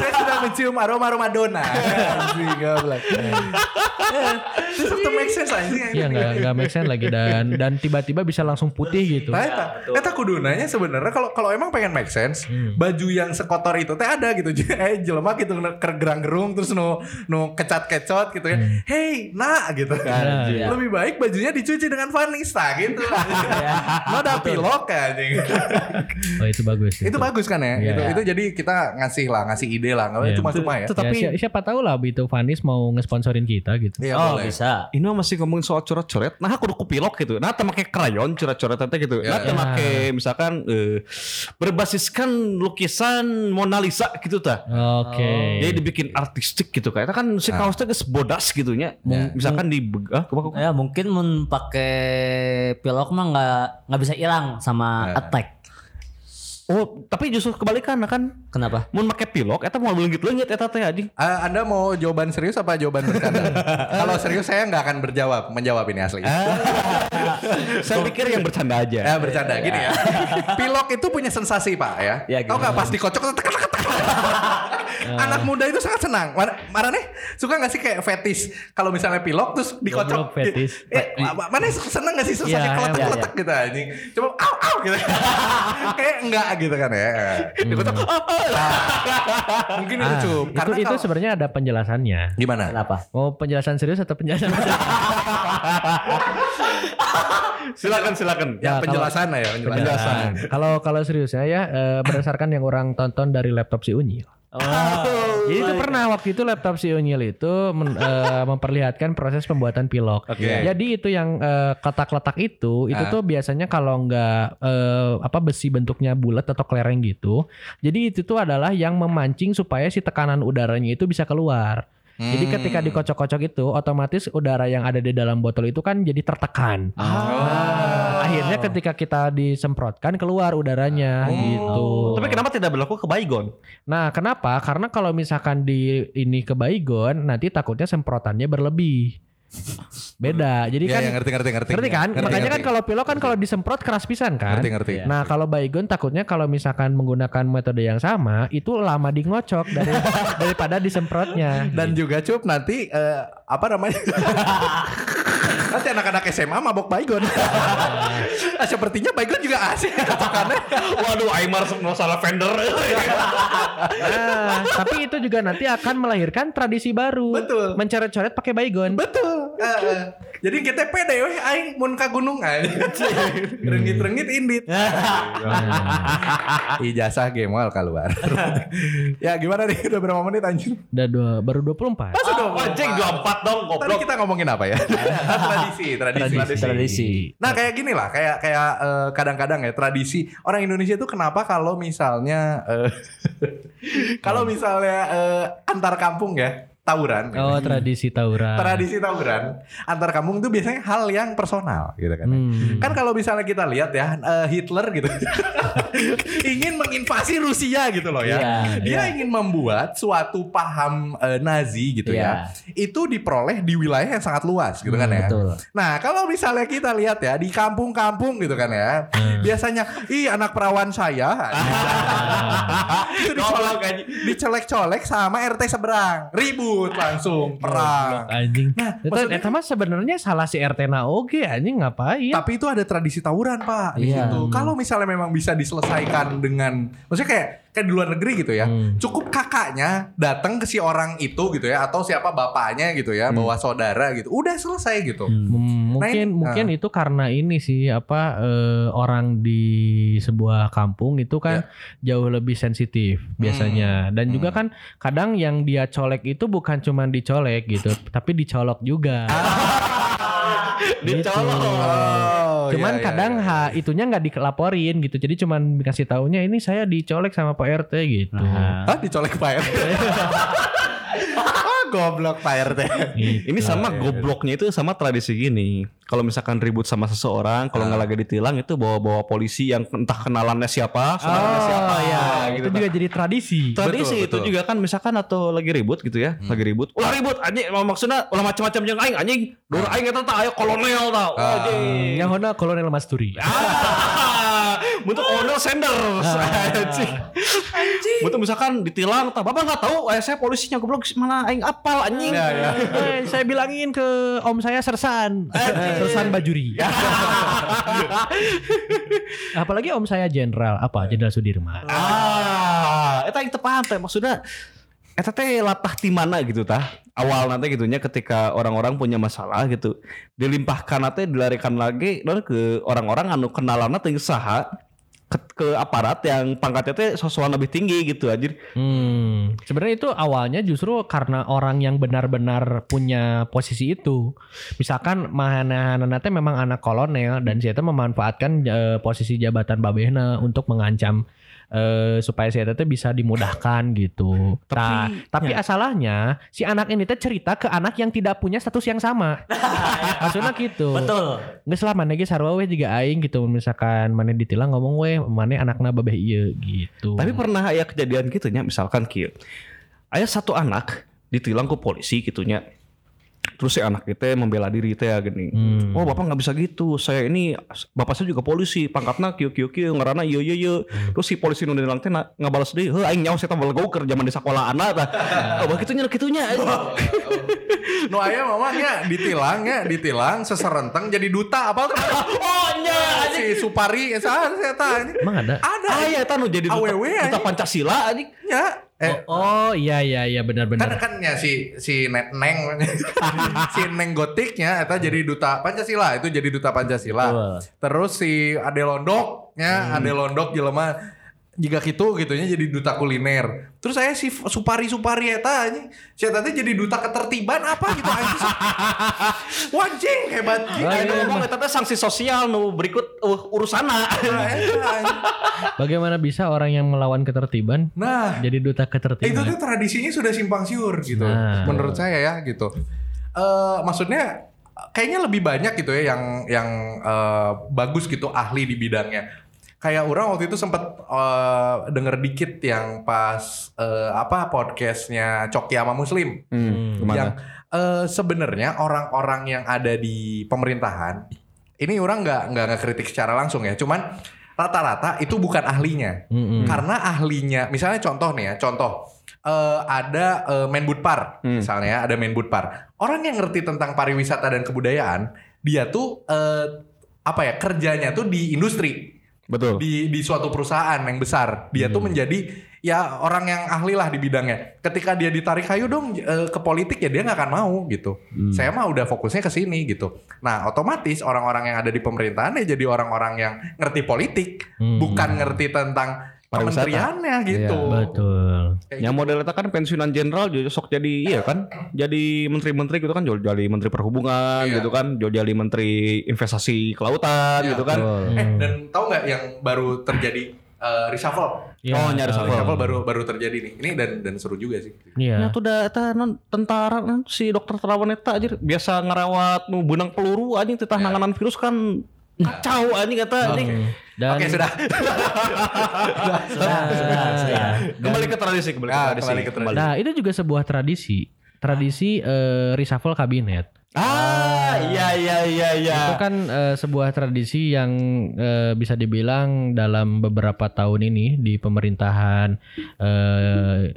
A: saya sudah mencium aroma aroma Dona anjing goblok terus itu make sense anjing
C: Eh. Iya nggak nggak make sense lagi dan dan tiba-tiba bisa langsung putih gitu.
A: Nah, eta, eta kudunanya sebenarnya kalau kalau emang pengen make sense, baju yang sekotor itu teh ada gitu. Jadi, eh jelema gitu kergerang gerung terus nu nu kecat-kecot gitu ya. Hey, nah gitu.
C: Nah,
A: Lebih baik bajunya dicuci dengan varnish nah gitu. Noda pilok ya anjing.
C: Oh itu bagus.
A: itu bagus kan ya?
C: Iya.
A: Itu itu jadi kita ngasih lah, ngasih ide lah. Kalau
C: Iya.
A: cuma-cuma ya.
D: Itu
C: Tapi
D: tapi
C: siapa tahu lah itu Vanis mau ngesponsorin kita gitu.
A: Iya,
B: oh
A: boleh.
B: bisa.
D: ini mah masih ngomongin soal coret-coret. Nah, aku udah kupilok gitu. Nah, teu make krayon coret-coret teh gitu.
A: Iya,
D: Nah, teu
C: Ya.
D: make misalkan eh, berbasiskan lukisan Mona Lisa gitu tah.
C: Oke.
D: Jadi dibikin artistik gitu kayak kan si
A: Hmm. Ah.
D: kaosnya geus bodas gitu nya.
A: Ya.
D: Misalkan di ah, kumaha, kumaha.
B: Ya mungkin mun pakai pilok mah nggak nggak bisa
A: Iya.
B: hilang sama attack.
D: Oh, tapi justru kebalikan nah kan
B: Kenapa?
A: Iya.
D: mun make pilok eta mau leungit-leungit eta teh anjing.
A: Eh, anda mau jawaban serius apa jawaban bercanda? Kalau serius saya nggak akan berjawab menjawab ini asli.
D: Saya pikir yang bercanda aja.
A: Ya bercanda gini
C: Iya.
A: ya. Pilok itu punya sensasi pak ya.
B: Ya,
A: Tahu
B: gimana?
A: nggak pas dikocok tek, tek, tek, tek.
C: Ah.
A: Anak muda itu sangat senang. Mar Marane suka nggak sih kayak fetis kalau misalnya pilok terus dikocok.
C: Goblok fetis.
A: Eh, mana seneng nggak sih sensasi
C: Iya,
A: kotak
C: iya,
A: kotak gitu anjing. Coba au au gitu. kayak enggak gitu kan ya. Dikocok. "Ah, ah." Nah, mungkin
C: Hmm. Ah,
A: itu
C: itu
A: cukup. Karena
C: itu Nah,
A: kalau-
C: sebenarnya ada penjelasannya.
A: gimana?
B: Kenapa?
C: Mau penjelasan serius atau
A: Ya,
C: penjelasan?
D: Silakan silakan.
A: Ya,
C: kalau-
A: penjelasan lah ya penjelasan.
C: Kalau kalau seriusnya ya eh, berdasarkan yang orang tonton dari laptop si Unyil. Jadi
A: Oh,
C: itu
A: iya.
C: pernah waktu itu laptop si Unyil itu men- eh, memperlihatkan proses pembuatan pilok.
A: Oke.
C: Jadi itu yang eh, kotak-letak itu, itu
A: Ah.
C: tuh biasanya kalau nggak eh, apa besi bentuknya bulat atau kelereng gitu. Jadi itu tuh adalah yang memancing supaya si tekanan udaranya itu bisa keluar.
A: Hmm.
C: Jadi ketika dikocok-kocok itu, otomatis udara yang ada di dalam botol itu kan jadi tertekan.
A: Ah.
D: Ah.
C: Nah, Akhirnya ketika kita disemprotkan keluar udaranya
A: Oh.
C: gitu.
D: Tapi kenapa tidak berlaku ke Baygon?
C: Nah, kenapa? Karena kalau misalkan di ini ke Baygon, nanti takutnya semprotannya berlebih. Beda. Jadi
A: Ya,
C: kan
A: ya, ngerti ngerti ngerti.
C: ngerti kan?
A: Ngerti,
C: Makanya kan
A: ngerti.
C: kalau pilok kan kalau disemprot keras pisan kan.
A: ngerti ngerti.
C: Nah, kalau Baygon takutnya kalau misalkan menggunakan metode yang sama, itu lama dingocok dari daripada disemprotnya.
A: Dan juga cup nanti eh, apa namanya? nanti anak-anak SMA mabok baygon. Ah, Sepertinya baygon juga asik kocokannya.
D: Waduh, Aimar masalah vendor.
C: Nah, tapi itu juga nanti akan melahirkan tradisi baru.
A: Betul.
C: Mencoret-coret pakai baygon.
A: Betul. Heeh. Jadi kita pede weh aing mun ka gunung aing. Rengit-rengit indit.
C: Nah,
A: Ijazah gemal keluar. ya gimana nih udah berapa menit anjir?
C: Udah dua, baru 24.
D: Anjing 24 dong
A: Tadi
D: goblok.
A: kita ngomongin apa ya? tradisi, tradisi,
B: tradisi.
A: Nah kayak gini lah, kayak kayak eh, kadang-kadang ya tradisi orang Indonesia tuh kenapa kalau misalnya eh, kalau misalnya eh, antar kampung ya tawuran,
C: Oh, tradisi tawuran.
A: tradisi tawuran antar kampung itu biasanya hal yang personal gitu kan.
C: Hmm.
A: Kan kalau misalnya kita lihat ya eh, Hitler gitu ingin menginvasi Rusia gitu loh ya.
B: Iya,
A: Dia ingin membuat suatu paham eh, Nazi gitu ya. Itu diperoleh di wilayah yang sangat luas gitu kan ya.
B: Iya. Hmm, Betul.
A: Nah kalau misalnya kita lihat ya di kampung-kampung gitu kan ya,
B: Hmm.
A: biasanya ih anak perawan saya itu dicolek, dicolek-colek sama RT seberang, ribut langsung perang.
C: anjing.
A: Nah,
C: Itu
A: maksudnya-
C: eta mah sebenarnya salah si RT na oge anjing ngapain?
A: Tapi itu ada tradisi tawuran pak di
B: Iya.
A: situ. Kalau misalnya memang bisa diselesaikan dengan, maksudnya kayak kayak di luar negeri gitu
C: Hmm.
A: ya, cukup kakaknya datang ke si orang itu gitu ya, atau siapa bapaknya gitu ya, bawa saudara gitu, udah selesai gitu.
C: Hmm, mungkin
A: Nah, ini-
C: mungkin itu karena ini sih apa eh, orang di sebuah kampung itu kan
A: Ya.
C: jauh lebih sensitif
A: Hmm.
C: biasanya dan juga kan kadang yang dia colek itu bukan cuman dicolek gitu tapi dicolok juga
A: Ah,
D: Dicolok.
A: Gitu. Oh,
C: cuman
A: iya, iya,
C: kadang
A: iya.
C: ha- itunya nggak dilaporin gitu jadi cuman dikasih taunya ini saya dicolek sama Pak RT gitu
B: Nah,
A: Hah dicolek Pak RT? Ah, goblok Pak RT.
D: Ini sama gobloknya itu sama tradisi gini. Kalau misalkan ribut sama seseorang, kalau nggak lagi ditilang itu bawa-bawa polisi yang entah kenalannya siapa, saudaranya siapa
C: ya
D: gitu.
C: itu juga jadi tradisi
D: Tradisi
A: Betul,
D: itu
A: betul. Hmm.
D: juga kan misalkan atau lagi ribut gitu ya, lagi ribut. Ulah ribut anjing maksudnya ulah macam-macam jeung aing anjing. Dur
A: Ah.
D: aing eta tah ayo kolonel tah. Anjing. Ah.
C: yang honda kolonel Masturi
D: Untuk owner senders
A: Ah.
D: anjing. Untuk misalkan ditilang tah bapak nggak tahu ayah saya polisinya goblok mana aing apal anjing.
A: Ya, ya.
C: Eh, saya bilangin ke om saya Sersan, Sersan Bajuri. Apalagi om saya jenderal apa?
A: Ya.
C: Jenderal Sudirman.
D: Ah, eta yang tepaham teh maksudnya eta teh latah di mana gitu tah. Awal nanti gitunya ketika orang-orang punya masalah gitu, dilimpahkan nanti dilarikan lagi dan ke orang-orang anu kenalan teh saha ke, ke aparat yang pangkatnya teh sosokan lebih tinggi gitu anjir.
C: Hmm. Sebenarnya itu awalnya justru karena orang yang benar-benar punya posisi itu. Misalkan mahanana teh memang anak kolonel dan si eta memanfaatkan eh, posisi jabatan babehna untuk mengancam eh, supaya si eta teh bisa dimudahkan gitu. Tapi, tapi asalahnya si anak ini teh cerita ke anak yang tidak punya status yang sama. Maksudnya gitu.
B: Betul.
C: Nggak selama nage sarwa weh juga aing gitu misalkan mana ditilang ngomong weh mana anakna babeh ieu gitu.
D: Tapi pernah aya kejadian gitu nya misalkan kieu. Aya satu anak ditilang ku polisi gitunya. Terus si anak itu membela diri teh gini.
C: Hmm.
D: Oh bapak nggak bisa gitu. Saya ini bapak saya juga polisi. Pangkatnya kieu kieu kieu ngarana ieu ieu ieu. Terus si polisi nu nilang teh na- ngabales deui. Heuh aing nyaho saya tambal goker zaman di sekolah anak tah. Oh bah kitunya kitunya.
A: Nu aya mamanya ditilang ya, ditilang seserenteng jadi duta apa tuh?
D: Oh nya.
A: si Supari eh, saha saya tanya.
C: iya, Emang ada? iya,
A: Ada
D: Ah ya tanu jadi duta,
A: Awewe, anjing.
D: duta Pancasila anjing.
A: ya. Eh,
C: Oh iya iya iya
A: kan
C: benar-benar.
A: kan ya si si Net- Neng si Neng Gotiknya eta jadi duta Pancasila, itu jadi duta Pancasila.
B: Betul.
A: Terus si Ade Londoknya, Ade Londok jelema jika gitu gitunya jadi duta kuliner. Terus saya si Supari Supari eta anjing, si eta teh jadi duta ketertiban apa gitu anjing. Wajing hebat gila.
D: Ayo ngomong eta teh sanksi sosial nu berikut uh, urusana.
A: Eta, anjing.
C: Bagaimana bisa orang yang melawan ketertiban
A: Nah,
C: jadi
A: itu
C: duta
A: tuh
C: ketertiban?
A: tradisinya sudah simpang siur gitu
C: Iya. Nah.
A: menurut saya ya gitu eh maksudnya kayaknya lebih banyak gitu ya yang yang eh, bagus gitu ahli di bidangnya kayak orang waktu itu sempet eh, denger dikit yang pas eh, apa podcastnya Coki sama Muslim
D: Hmm,
A: yang eh, sebenarnya orang-orang yang ada di pemerintahan ini orang nggak nggak ngekritik secara langsung ya cuman rata-rata itu bukan ahlinya
D: Hmm.
C: Mm-mm.
A: karena ahlinya misalnya contoh nih ya contoh eh, ada eh, Menbudpar
D: Hmm.
A: misalnya ya, ada Menbudpar orang yang ngerti tentang pariwisata dan kebudayaan dia tuh eh, apa ya kerjanya tuh di industri
D: Betul. Hmm.
A: di di suatu perusahaan yang besar dia tuh menjadi ya orang yang ahli lah di bidangnya. Ketika dia ditarik kayu dong eh, ke politik ya dia nggak akan mau gitu.
D: Hmm.
A: Saya mah udah fokusnya ke sini gitu. Nah otomatis orang-orang yang ada di pemerintahan ya jadi orang-orang yang ngerti politik,
C: Hmm.
A: bukan ngerti tentang
D: Pariwisata.
A: kementeriannya gitu.
C: Iya, Betul.
A: Kayak gitu.
D: Yang model itu kan pensiunan jenderal jadi sok jadi iya kan jadi menteri-menteri gitu kan jadi- jadi menteri perhubungan
A: Iya.
D: gitu kan jadi jadi menteri investasi kelautan
A: Iya.
D: gitu kan
C: Mm.
A: Eh dan tahu nggak yang baru terjadi eh, reshuffle?
C: Iya,
D: oh nyari
C: tahu.
D: sapa
A: Reshuffle baru Nah, baru terjadi nih. Ini dan dan seru juga sih.
C: Iya.
D: Ya tuh da eta non tentara non, si dokter terawan eta anjir biasa ngerawat nu benang peluru anjing titah
A: Ya.
D: nanganan virus kan kacau anjing eta anjing.
C: Dan
A: Oke sudah.
B: Sudah, sudah, sudah.
D: Kembali ke tradisi kembali ke
A: Ah,
D: tradisi.
A: kembali ke tradisi.
C: Nah, itu juga sebuah tradisi. Tradisi eh, reshuffle kabinet.
D: Ah, iya iya iya iya.
A: Ah.
C: Itu kan eh, sebuah tradisi yang eh, bisa dibilang dalam beberapa tahun ini di pemerintahan eh,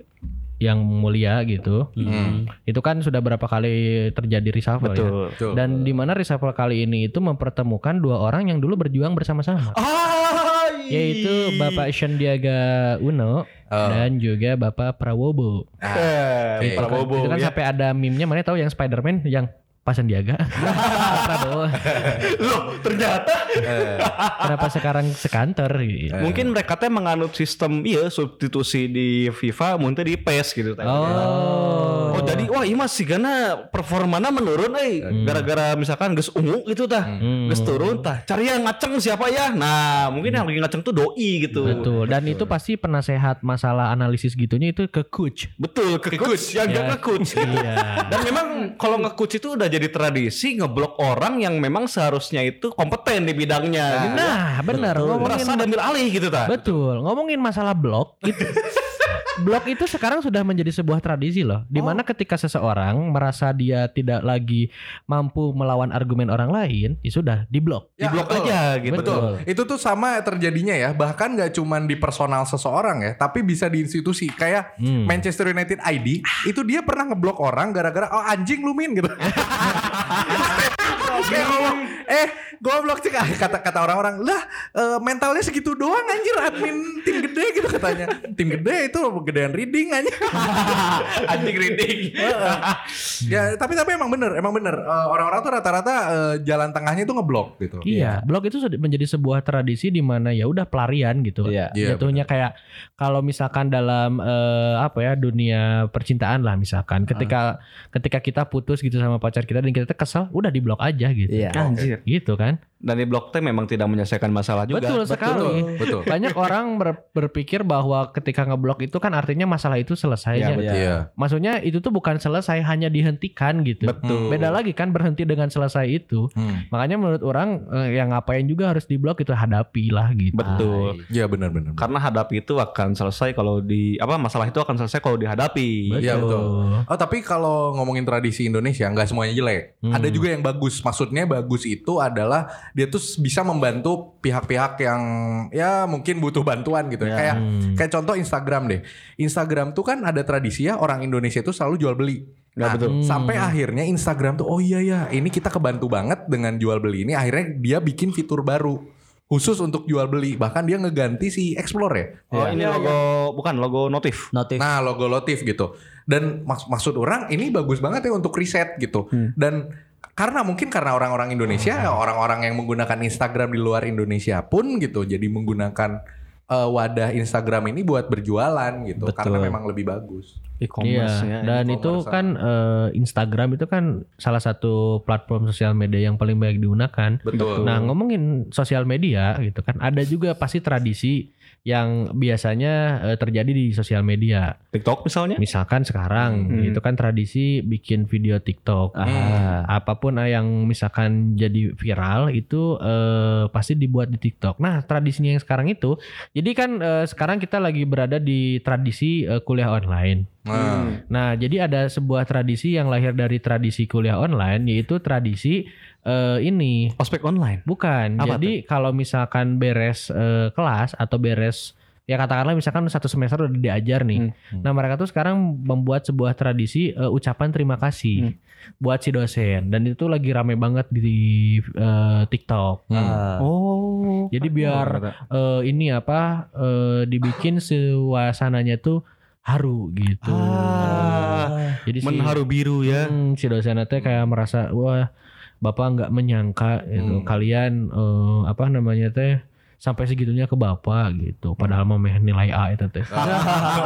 C: yang mulia gitu.
A: Hmm.
C: Itu kan sudah berapa kali terjadi reshuffle ya.
D: Betul.
A: Betul.
C: Dan di mana reshuffle kali ini itu mempertemukan dua orang yang dulu berjuang bersama-sama.
D: Ah,
C: Yaitu Bapak Sandiaga Uno
D: Ah.
A: Oh.
C: dan juga Bapak Prabowo.
A: Iya, Oke.
D: eh, Prabobo
C: itu kan
A: iya.
D: ya.
C: sampai ada meme-nya mana tahu yang Spider-Man yang Pak Sandiaga Prabowo
D: Loh, ternyata
A: Eh,
C: kenapa sekarang sekantor gitu.
D: mungkin mereka teh menganut sistem iya substitusi di FIFA mungkin di PES gitu teh.
C: Oh.
D: Oh, jadi wah iya masih karena performana menurun eh gara-gara misalkan geus ungu gitu tah.
C: Hmm.
D: Geus turun tah. Cari yang ngaceng siapa ya? Nah, mungkin yang lagi ngaceng tuh doi gitu.
C: Betul. Dan itu pasti penasehat masalah analisis gitunya itu ke coach.
D: Betul, ke coach, yang
C: Ya.
D: jaga coach.
C: Iya.
D: Dan memang kalau nge-coach itu udah jadi tradisi ngeblok orang yang memang seharusnya itu kompeten di bidangnya. gitu.
C: Nah, benar. Ngomongin
D: merasa diambil alih gitu tah.
C: betul. Ngomongin masalah blog itu. blog itu sekarang sudah menjadi sebuah tradisi loh. Dimana ketika seseorang merasa dia tidak lagi mampu melawan argumen orang lain, ya sudah di blog.
D: Di
A: Ya,
D: blok
A: betul.
D: aja gitu.
A: Betul. Itu tuh sama terjadinya ya, bahkan nggak cuman di personal seseorang ya, tapi bisa di institusi. Kayak
C: Hmm.
A: Manchester United ID, itu dia pernah ngeblok orang gara-gara oh anjing lu min gitu. Kayak ngomong, eh goblok cek Ah, kata kata orang-orang lah eh, mentalnya segitu doang anjir admin tim gede gitu katanya tim gede itu gedean reading anjir
D: Anjing rinding.
A: ya tapi tapi emang bener emang bener Eh, orang-orang tuh rata-rata eh, jalan tengahnya tuh ngeblok gitu
C: Iya, blog itu sudah menjadi sebuah tradisi di mana ya udah pelarian gitu.
D: Iya.
A: Iya,
C: Jatuhnya kayak kalau misalkan dalam eh, apa ya dunia percintaan lah misalkan ketika ketika kita putus gitu sama pacar kita dan kita tuh kesel, udah di blog aja gitu.
B: Iya.
D: Anjir.
C: Gitu kan?
D: Dan di blok teh memang tidak menyelesaikan masalah juga.
C: Betul sekali.
A: betul
C: Banyak orang ber- berpikir bahwa ketika ngeblok itu kan artinya masalah itu selesai.
D: Ya,
C: Ya.
D: betul.
A: iya
C: Maksudnya itu tuh bukan selesai hanya dihentikan gitu.
D: Betul.
C: Beda lagi kan berhenti dengan selesai itu.
A: Hmm.
C: Makanya menurut orang eh, yang ngapain juga harus di blog itu hadapilah gitu.
D: Betul.
A: Iya benar-benar.
D: Karena hadapi itu akan selesai kalau di apa masalah itu akan selesai kalau dihadapi.
A: Iya, betul.
C: Betul.
A: Oh tapi kalau ngomongin tradisi Indonesia nggak semuanya jelek.
C: Hmm.
A: Ada juga yang bagus. Maksudnya bagus itu adalah dia tuh bisa membantu pihak-pihak yang ya mungkin butuh bantuan gitu. ya. Kayak
C: Hmm.
A: kayak contoh Instagram deh. Instagram tuh kan ada tradisi ya orang Indonesia itu selalu jual beli. Nah,
D: Ya, betul.
A: sampai akhirnya Instagram tuh oh iya ya ini kita kebantu banget dengan jual beli ini akhirnya dia bikin fitur baru khusus untuk jual beli bahkan dia ngeganti si Explore ya.
D: Oh, ini
C: Iya,
D: logo bukan logo notif.
B: Notif.
A: Nah, logo Lotif gitu. Dan mak- maksud orang ini bagus banget ya untuk riset gitu. Dan karena mungkin karena orang-orang Indonesia, orang-orang yang menggunakan Instagram di luar Indonesia pun gitu, jadi menggunakan eh, wadah Instagram ini buat berjualan gitu,
D: Betul.
A: karena memang lebih bagus.
D: ya.
C: Iya, dan itu
A: e-commerce-nya.
C: kan eh, Instagram itu kan salah satu platform sosial media yang paling banyak digunakan.
A: Betul.
C: Nah, ngomongin sosial media gitu kan, ada juga pasti tradisi yang biasanya eh, terjadi di sosial media.
D: TikTok misalnya.
C: Misalkan sekarang
D: Hmm.
C: itu kan tradisi bikin video TikTok.
A: Ah.
C: Apapun eh, yang misalkan jadi viral itu eh, pasti dibuat di TikTok. Nah, tradisinya yang sekarang itu, jadi kan eh, sekarang kita lagi berada di tradisi eh, kuliah online.
D: Hmm.
A: Nah,
C: Nah, jadi ada sebuah tradisi yang lahir dari tradisi kuliah online yaitu tradisi eh, ini.
D: Ospek online.
C: Bukan.
D: Apa
C: jadi kalau misalkan beres eh, kelas atau beres ya katakanlah misalkan satu semester udah diajar nih.
D: Hmm.
C: Nah mereka tuh sekarang membuat sebuah tradisi eh, ucapan terima
D: Hmm.
C: kasih buat si dosen dan itu lagi rame banget di eh, TikTok.
A: Hmm.
D: Oh.
C: Ah. Jadi biar eh, ini apa eh, dibikin suasananya tuh haru gitu.
D: Ah,
C: Jadi si,
D: menharu biru ya.
C: Hmm, si dosennya teh kayak merasa wah bapak nggak menyangka gitu
A: Hmm.
C: kalian eh, apa namanya teh sampai segitunya ke bapak gitu. Padahal mah meh nilai A itu teh.
D: Ah.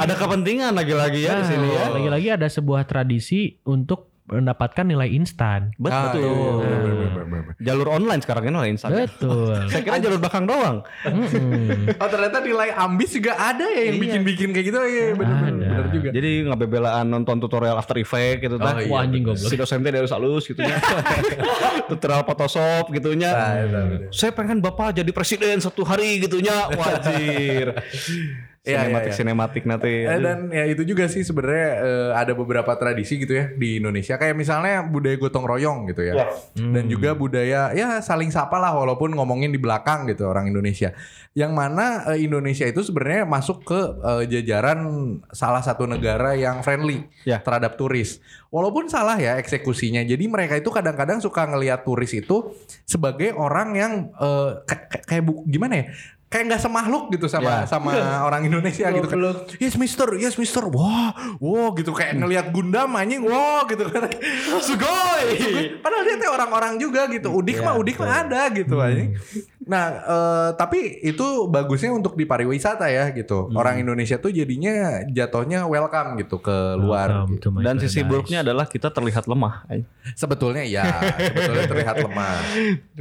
D: Ada kepentingan lagi-lagi ya di sini ya.
C: Nah, Lagi-lagi ada sebuah tradisi untuk mendapatkan nilai instan.
A: Ah, iya,
D: Betul. Jalur online sekarang ini online Instagram.
C: iya, Betul.
D: Saya kira jalur belakang doang.
C: Mm-mm.
A: Oh ternyata nilai ambis juga ada ya yang bikin-bikin kayak gitu. Iya, bener-bener
C: Ada.
A: bener juga.
D: Jadi nggak bebelaan nonton tutorial After Effect gitu tah.
A: Iya. Oh, iya,
C: Wah anjing
D: Si
C: goblok.
D: dosen teh harus halus gitu ya. tutorial Photoshop gitunya.
A: Ah, iya, iya.
D: Saya pengen bapak jadi presiden satu hari gitunya. Wajir.
A: Iya, iya,
D: sinematik
A: iya.
D: sinematik nanti.
A: Eh, dan ya itu juga sih sebenarnya eh, ada beberapa tradisi gitu ya di Indonesia kayak misalnya budaya gotong royong gitu ya. Dan juga budaya ya saling sapa lah walaupun ngomongin di belakang gitu orang Indonesia. Yang mana eh, Indonesia itu sebenarnya masuk ke eh, jajaran salah satu negara yang friendly
D: Ya.
A: terhadap turis. Walaupun salah ya eksekusinya. Jadi mereka itu kadang-kadang suka ngelihat turis itu sebagai orang yang eh, ka- ka- kayak bu- gimana ya? Kayak nggak semahlut gitu sama
D: Ya.
A: sama orang Indonesia gitu kan. Yes Mister, yes Mister, wah, wah gitu kayak ngelihat Gundam anjing, wah gitu kan.
D: Sugoi.
A: Padahal dia teh orang-orang juga gitu. Udik mah udik mah ada gitu anjing. Nah, eh, tapi itu bagusnya untuk di pariwisata ya gitu. Orang Indonesia tuh jadinya jatuhnya welcome gitu ke luar.
C: Welcome to my
D: Dan sisi
C: paradise.
D: buruknya adalah kita terlihat lemah. Eh,
A: Sebetulnya ya, sebetulnya terlihat lemah.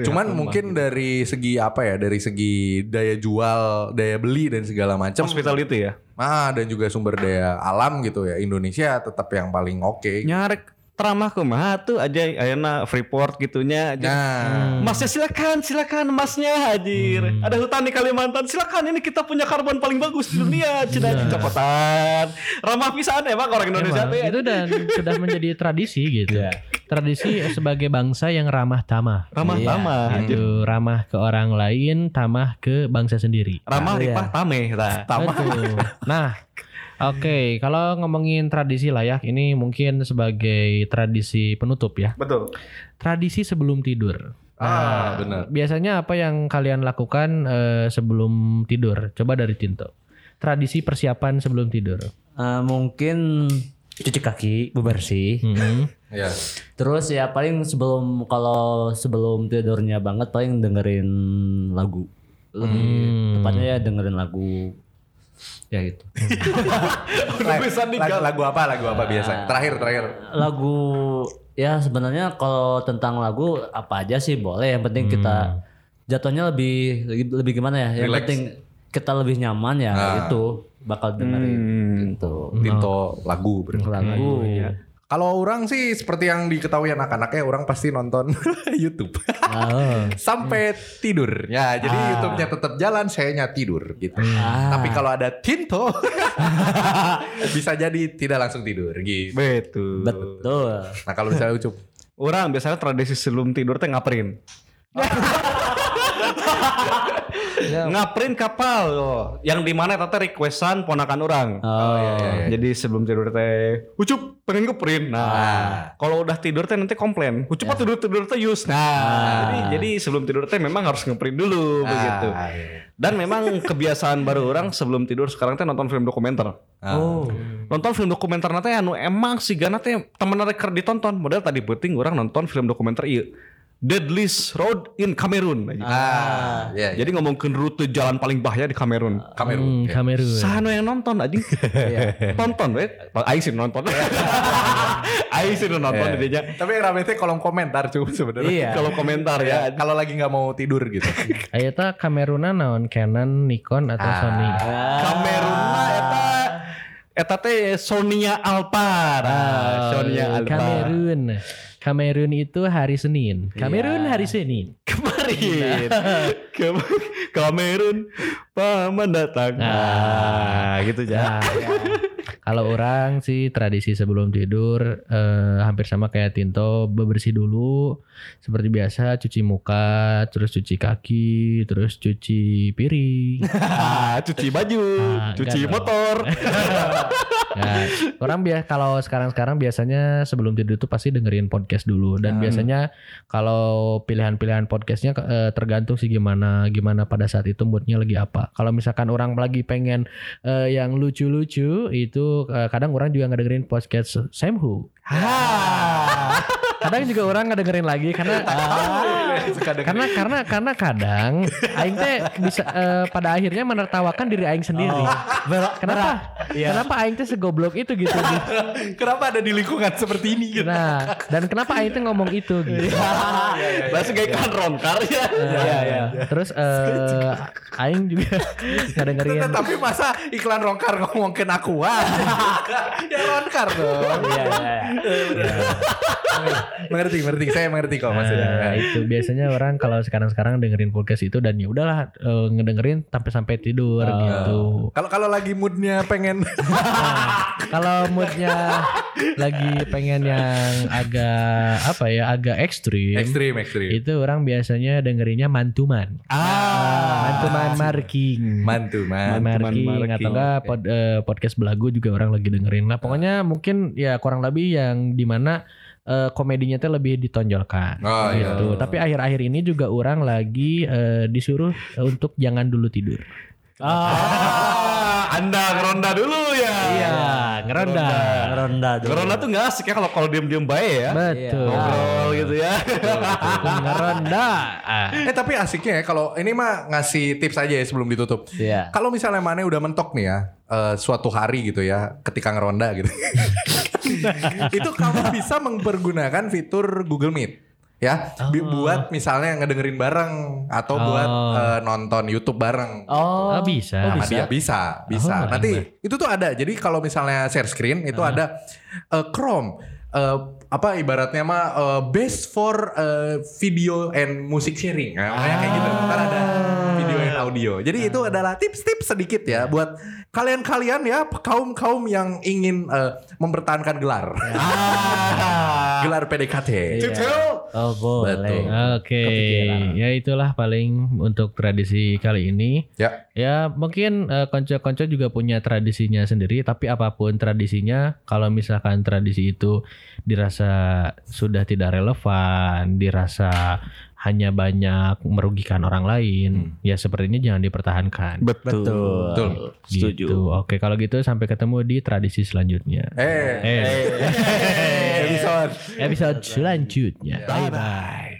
A: Cuman
D: lemah
A: mungkin dari segi apa ya, dari segi daya jual, daya beli dan segala macam.
D: Hospitality ya.
A: Ah, dan juga sumber daya alam gitu ya. Indonesia tetap yang paling oke.
D: nyarek teramah kumaha tuh aja ayana Freeport gitunya aja.
A: Nah,
D: Masnya silakan, silakan masnya hadir. Ada hutan di Kalimantan, silakan ini kita punya karbon paling bagus di dunia. Cina cepetan. Ramah pisan emang orang Indonesia ya.
C: Emang, Iya.
D: teh.
C: itu dan sudah menjadi tradisi gitu.
D: Iya.
C: Tradisi sebagai bangsa yang ramah tamah.
D: Ramah
B: Iya.
D: tamah. anjir.
C: Gitu, ramah ke orang lain, tamah ke bangsa sendiri.
D: Ramah
B: Iya.
D: ripah tameh tah.
C: Betul. Nah, oke, kalau ngomongin tradisi layak ini mungkin sebagai tradisi penutup ya.
D: Betul.
C: Tradisi sebelum tidur.
A: Ah, benar.
C: Biasanya apa yang kalian lakukan eh, sebelum tidur? Coba dari Cinto. Tradisi persiapan sebelum tidur.
B: Eh, mungkin cuci kaki, bebersih.
C: Mhm.
A: ya.
B: Terus ya paling sebelum kalau sebelum tidurnya banget paling dengerin lagu. Lebih
C: Hmm.
B: tepatnya ya dengerin lagu. Ya gitu.
A: Lagu, lagu, lagu apa? Lagu apa biasa? Terakhir, terakhir.
B: Lagu ya sebenarnya kalau tentang lagu apa aja sih boleh. Yang penting kita jatuhnya lebih lebih gimana ya? Yang
A: Hmm. Relax.
B: penting kita lebih nyaman ya
A: Ah. Hmm.
B: itu bakal dengerin gitu.
A: Tinto lagu. berarti.
B: Lagu.
A: Kalau orang sih seperti yang diketahui anak-anaknya, orang pasti nonton YouTube
B: Ah.
A: sampai tidur. Ya, jadi YouTube-nya tetap jalan, sayanya tidur gitu.
B: Ah.
A: Tapi kalau ada Tinto, bisa jadi tidak langsung tidur gitu.
D: Betul.
B: Betul.
A: Nah, kalau misalnya ucup,
D: Orang biasanya tradisi sebelum tidur teh ngaprint.
A: Ya.
D: ngaprint kapal loh. Yang di mana tata requestan ponakan orang.
B: Oh,
A: iya, iya, iya.
D: Jadi sebelum tidur teh ucup pengen ngeprint. Nah,
A: Ah. Ya.
D: kalau udah tidur teh nanti komplain. Ucup tidur tidur teh yus. Nah, jadi jadi sebelum tidur teh memang harus ngeprint dulu begitu.
A: Ah. Ah, iya.
D: Dan memang kebiasaan baru orang sebelum tidur sekarang teh nonton film dokumenter.
B: Oh.
D: Nonton film dokumenter nanti anu emang sih gana teh temen reker ditonton. Modal tadi penting orang nonton film dokumenter iya. Deadliest Road in Cameroon.
A: Ah, iya, iya.
D: Jadi ngomongin rute jalan paling bahaya di Kamerun.
A: Kamerun.
C: Hmm,
A: ya.
C: Kamerun.
D: Sahano yang nonton anjing.
A: Iya.
D: Tonton we. Aing sih nonton. Aing sih nonton
A: Iya.
D: dirinya.
A: Tapi yang rame teh kolom komentar cuy sebenarnya.
B: Iya.
D: Kalau komentar
A: Ya,
D: ya.
A: kalau lagi nggak mau tidur gitu.
C: Ayata Kameruna naon Canon, Nikon atau Sony?
D: Kamerun mah eta eta teh Sonia Alpar. Ah, Sonia Alpar.
C: Kamerun. Kamerun itu hari Senin. Kamerun hari Senin.
D: Kemarin.
C: Nah.
D: Kem- Kamerun paman datang.
C: Nah.
D: Nah, gitu ya.
C: Nah, Kalau orang sih tradisi sebelum tidur eh, hampir sama kayak Tinto bebersih dulu seperti biasa cuci muka, terus cuci kaki, terus cuci piring.
D: Ah, cuci baju,
C: Ah,
D: cuci
C: enggak dong.
D: motor.
C: Nah, orang biasa kalau sekarang-sekarang biasanya sebelum tidur tuh pasti dengerin podcast dulu dan
A: Hmm.
C: biasanya kalau pilihan-pilihan podcastnya eh, tergantung sih gimana gimana pada saat itu moodnya lagi apa. Kalau misalkan orang lagi pengen eh, yang lucu-lucu itu eh, kadang orang juga ngedengerin podcast Sam Who.
D: Nah.
C: Kadang juga orang ngedengerin lagi karena ah,
A: Suka denger.
C: karena karena karena kadang aing teh bisa eh, pada akhirnya menertawakan diri aing sendiri.
B: Oh.
C: Kenapa?
B: Iya.
C: Kenapa aing teh segoblok itu gitu?
A: Kenapa ada di lingkungan seperti ini gitu? Iya,
C: Nah, dan kenapa aing teh ngomong itu gitu.
D: Bahasa kayak kan ronkar ya.
B: Iya,
C: Nah, Terus eh, aing juga
A: Tete,
C: ngedengerin
A: Tapi masa iklan rongkar ngomongin aku ah? ya rongkar dong.
B: Iya, iya, iya.
A: mengerti, mengerti. Saya mengerti kok
B: iya. Ah,
C: Nah,
A: maksudnya.
C: itu biasanya orang kalau sekarang-sekarang dengerin podcast itu dan ya udahlah eh, ngedengerin sampai sampai tidur
B: Oh.
C: gitu.
A: Kalau kalau lagi moodnya pengen
C: Kalau moodnya lagi pengen yang agak apa ya, agak
B: Iya.
C: ekstrim.
A: ekstrim, ekstrim.
C: Itu orang biasanya dengerinnya mantuman. Mantuman marking.
A: Ah. Mantu, man.
D: Mantuman
C: marking,
D: marking.
C: atau enggak pod- eh, podcast belagu juga orang lagi dengerin lah. Pokoknya mungkin ya kurang lebih yang dimana eh, komedinya teh lebih ditonjolkan.
A: Oh, iya.
C: gitu. Tapi akhir-akhir ini juga orang lagi eh, disuruh eh, untuk jangan dulu tidur.
D: Ah, Anda ngeronda dulu ya.
C: Iya. ngeronda.
B: Ronda dulu.
D: Ngeronda tuh nggak asik ya kalau kalau diem-diem baik ya.
C: Betul.
D: Ngobrol gitu ya.
C: Ngeronda. Ah.
A: Eh tapi asiknya ya kalau ini mah ngasih tips aja ya sebelum ditutup.
B: Iya.
A: Kalau misalnya Mane udah mentok nih ya, eh, suatu hari gitu ya, ketika ngeronda gitu. itu kamu bisa mempergunakan fitur Google Meet. Ya, Bi- buat misalnya ngedengerin bareng atau buat
C: Oh.
A: eh, nonton YouTube bareng.
B: Oh,
C: Ah, bisa.
A: Sama dia bisa, bisa.
C: Oh,
A: Nanti
C: enak.
A: itu tuh ada. Jadi kalau misalnya share screen itu ada eh, Chrome eh, apa ibaratnya mah eh, best for eh, video and music sharing. Nah, kayak kayak gitu. Ntar ada video and audio. Jadi itu adalah tips-tips sedikit ya buat kalian-kalian ya kaum-kaum yang ingin eh, mempertahankan gelar.
D: Ya. Ah.
A: gelar PDKT. Betul.
B: oh boleh.
C: Oke,
B: Kepikiran.
C: ya itulah paling untuk tradisi kali ini.
A: Ya.
C: Ya mungkin eh, konco-konco juga punya tradisinya sendiri tapi apapun tradisinya kalau misalkan tradisi itu dirasa sudah tidak relevan, dirasa hanya banyak merugikan orang
A: Hmm.
C: lain, ya sepertinya jangan dipertahankan.
D: Betul.
A: Betul.
D: Setuju.
C: Gitu. Oke, kalau gitu sampai ketemu di tradisi selanjutnya.
A: Eh.
C: Eh.
A: Episode.
C: Episode selanjutnya. Bye bye.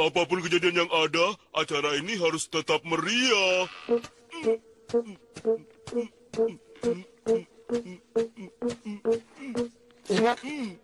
E: Apapun kejadian yang ada, acara ini harus tetap meriah. Oh,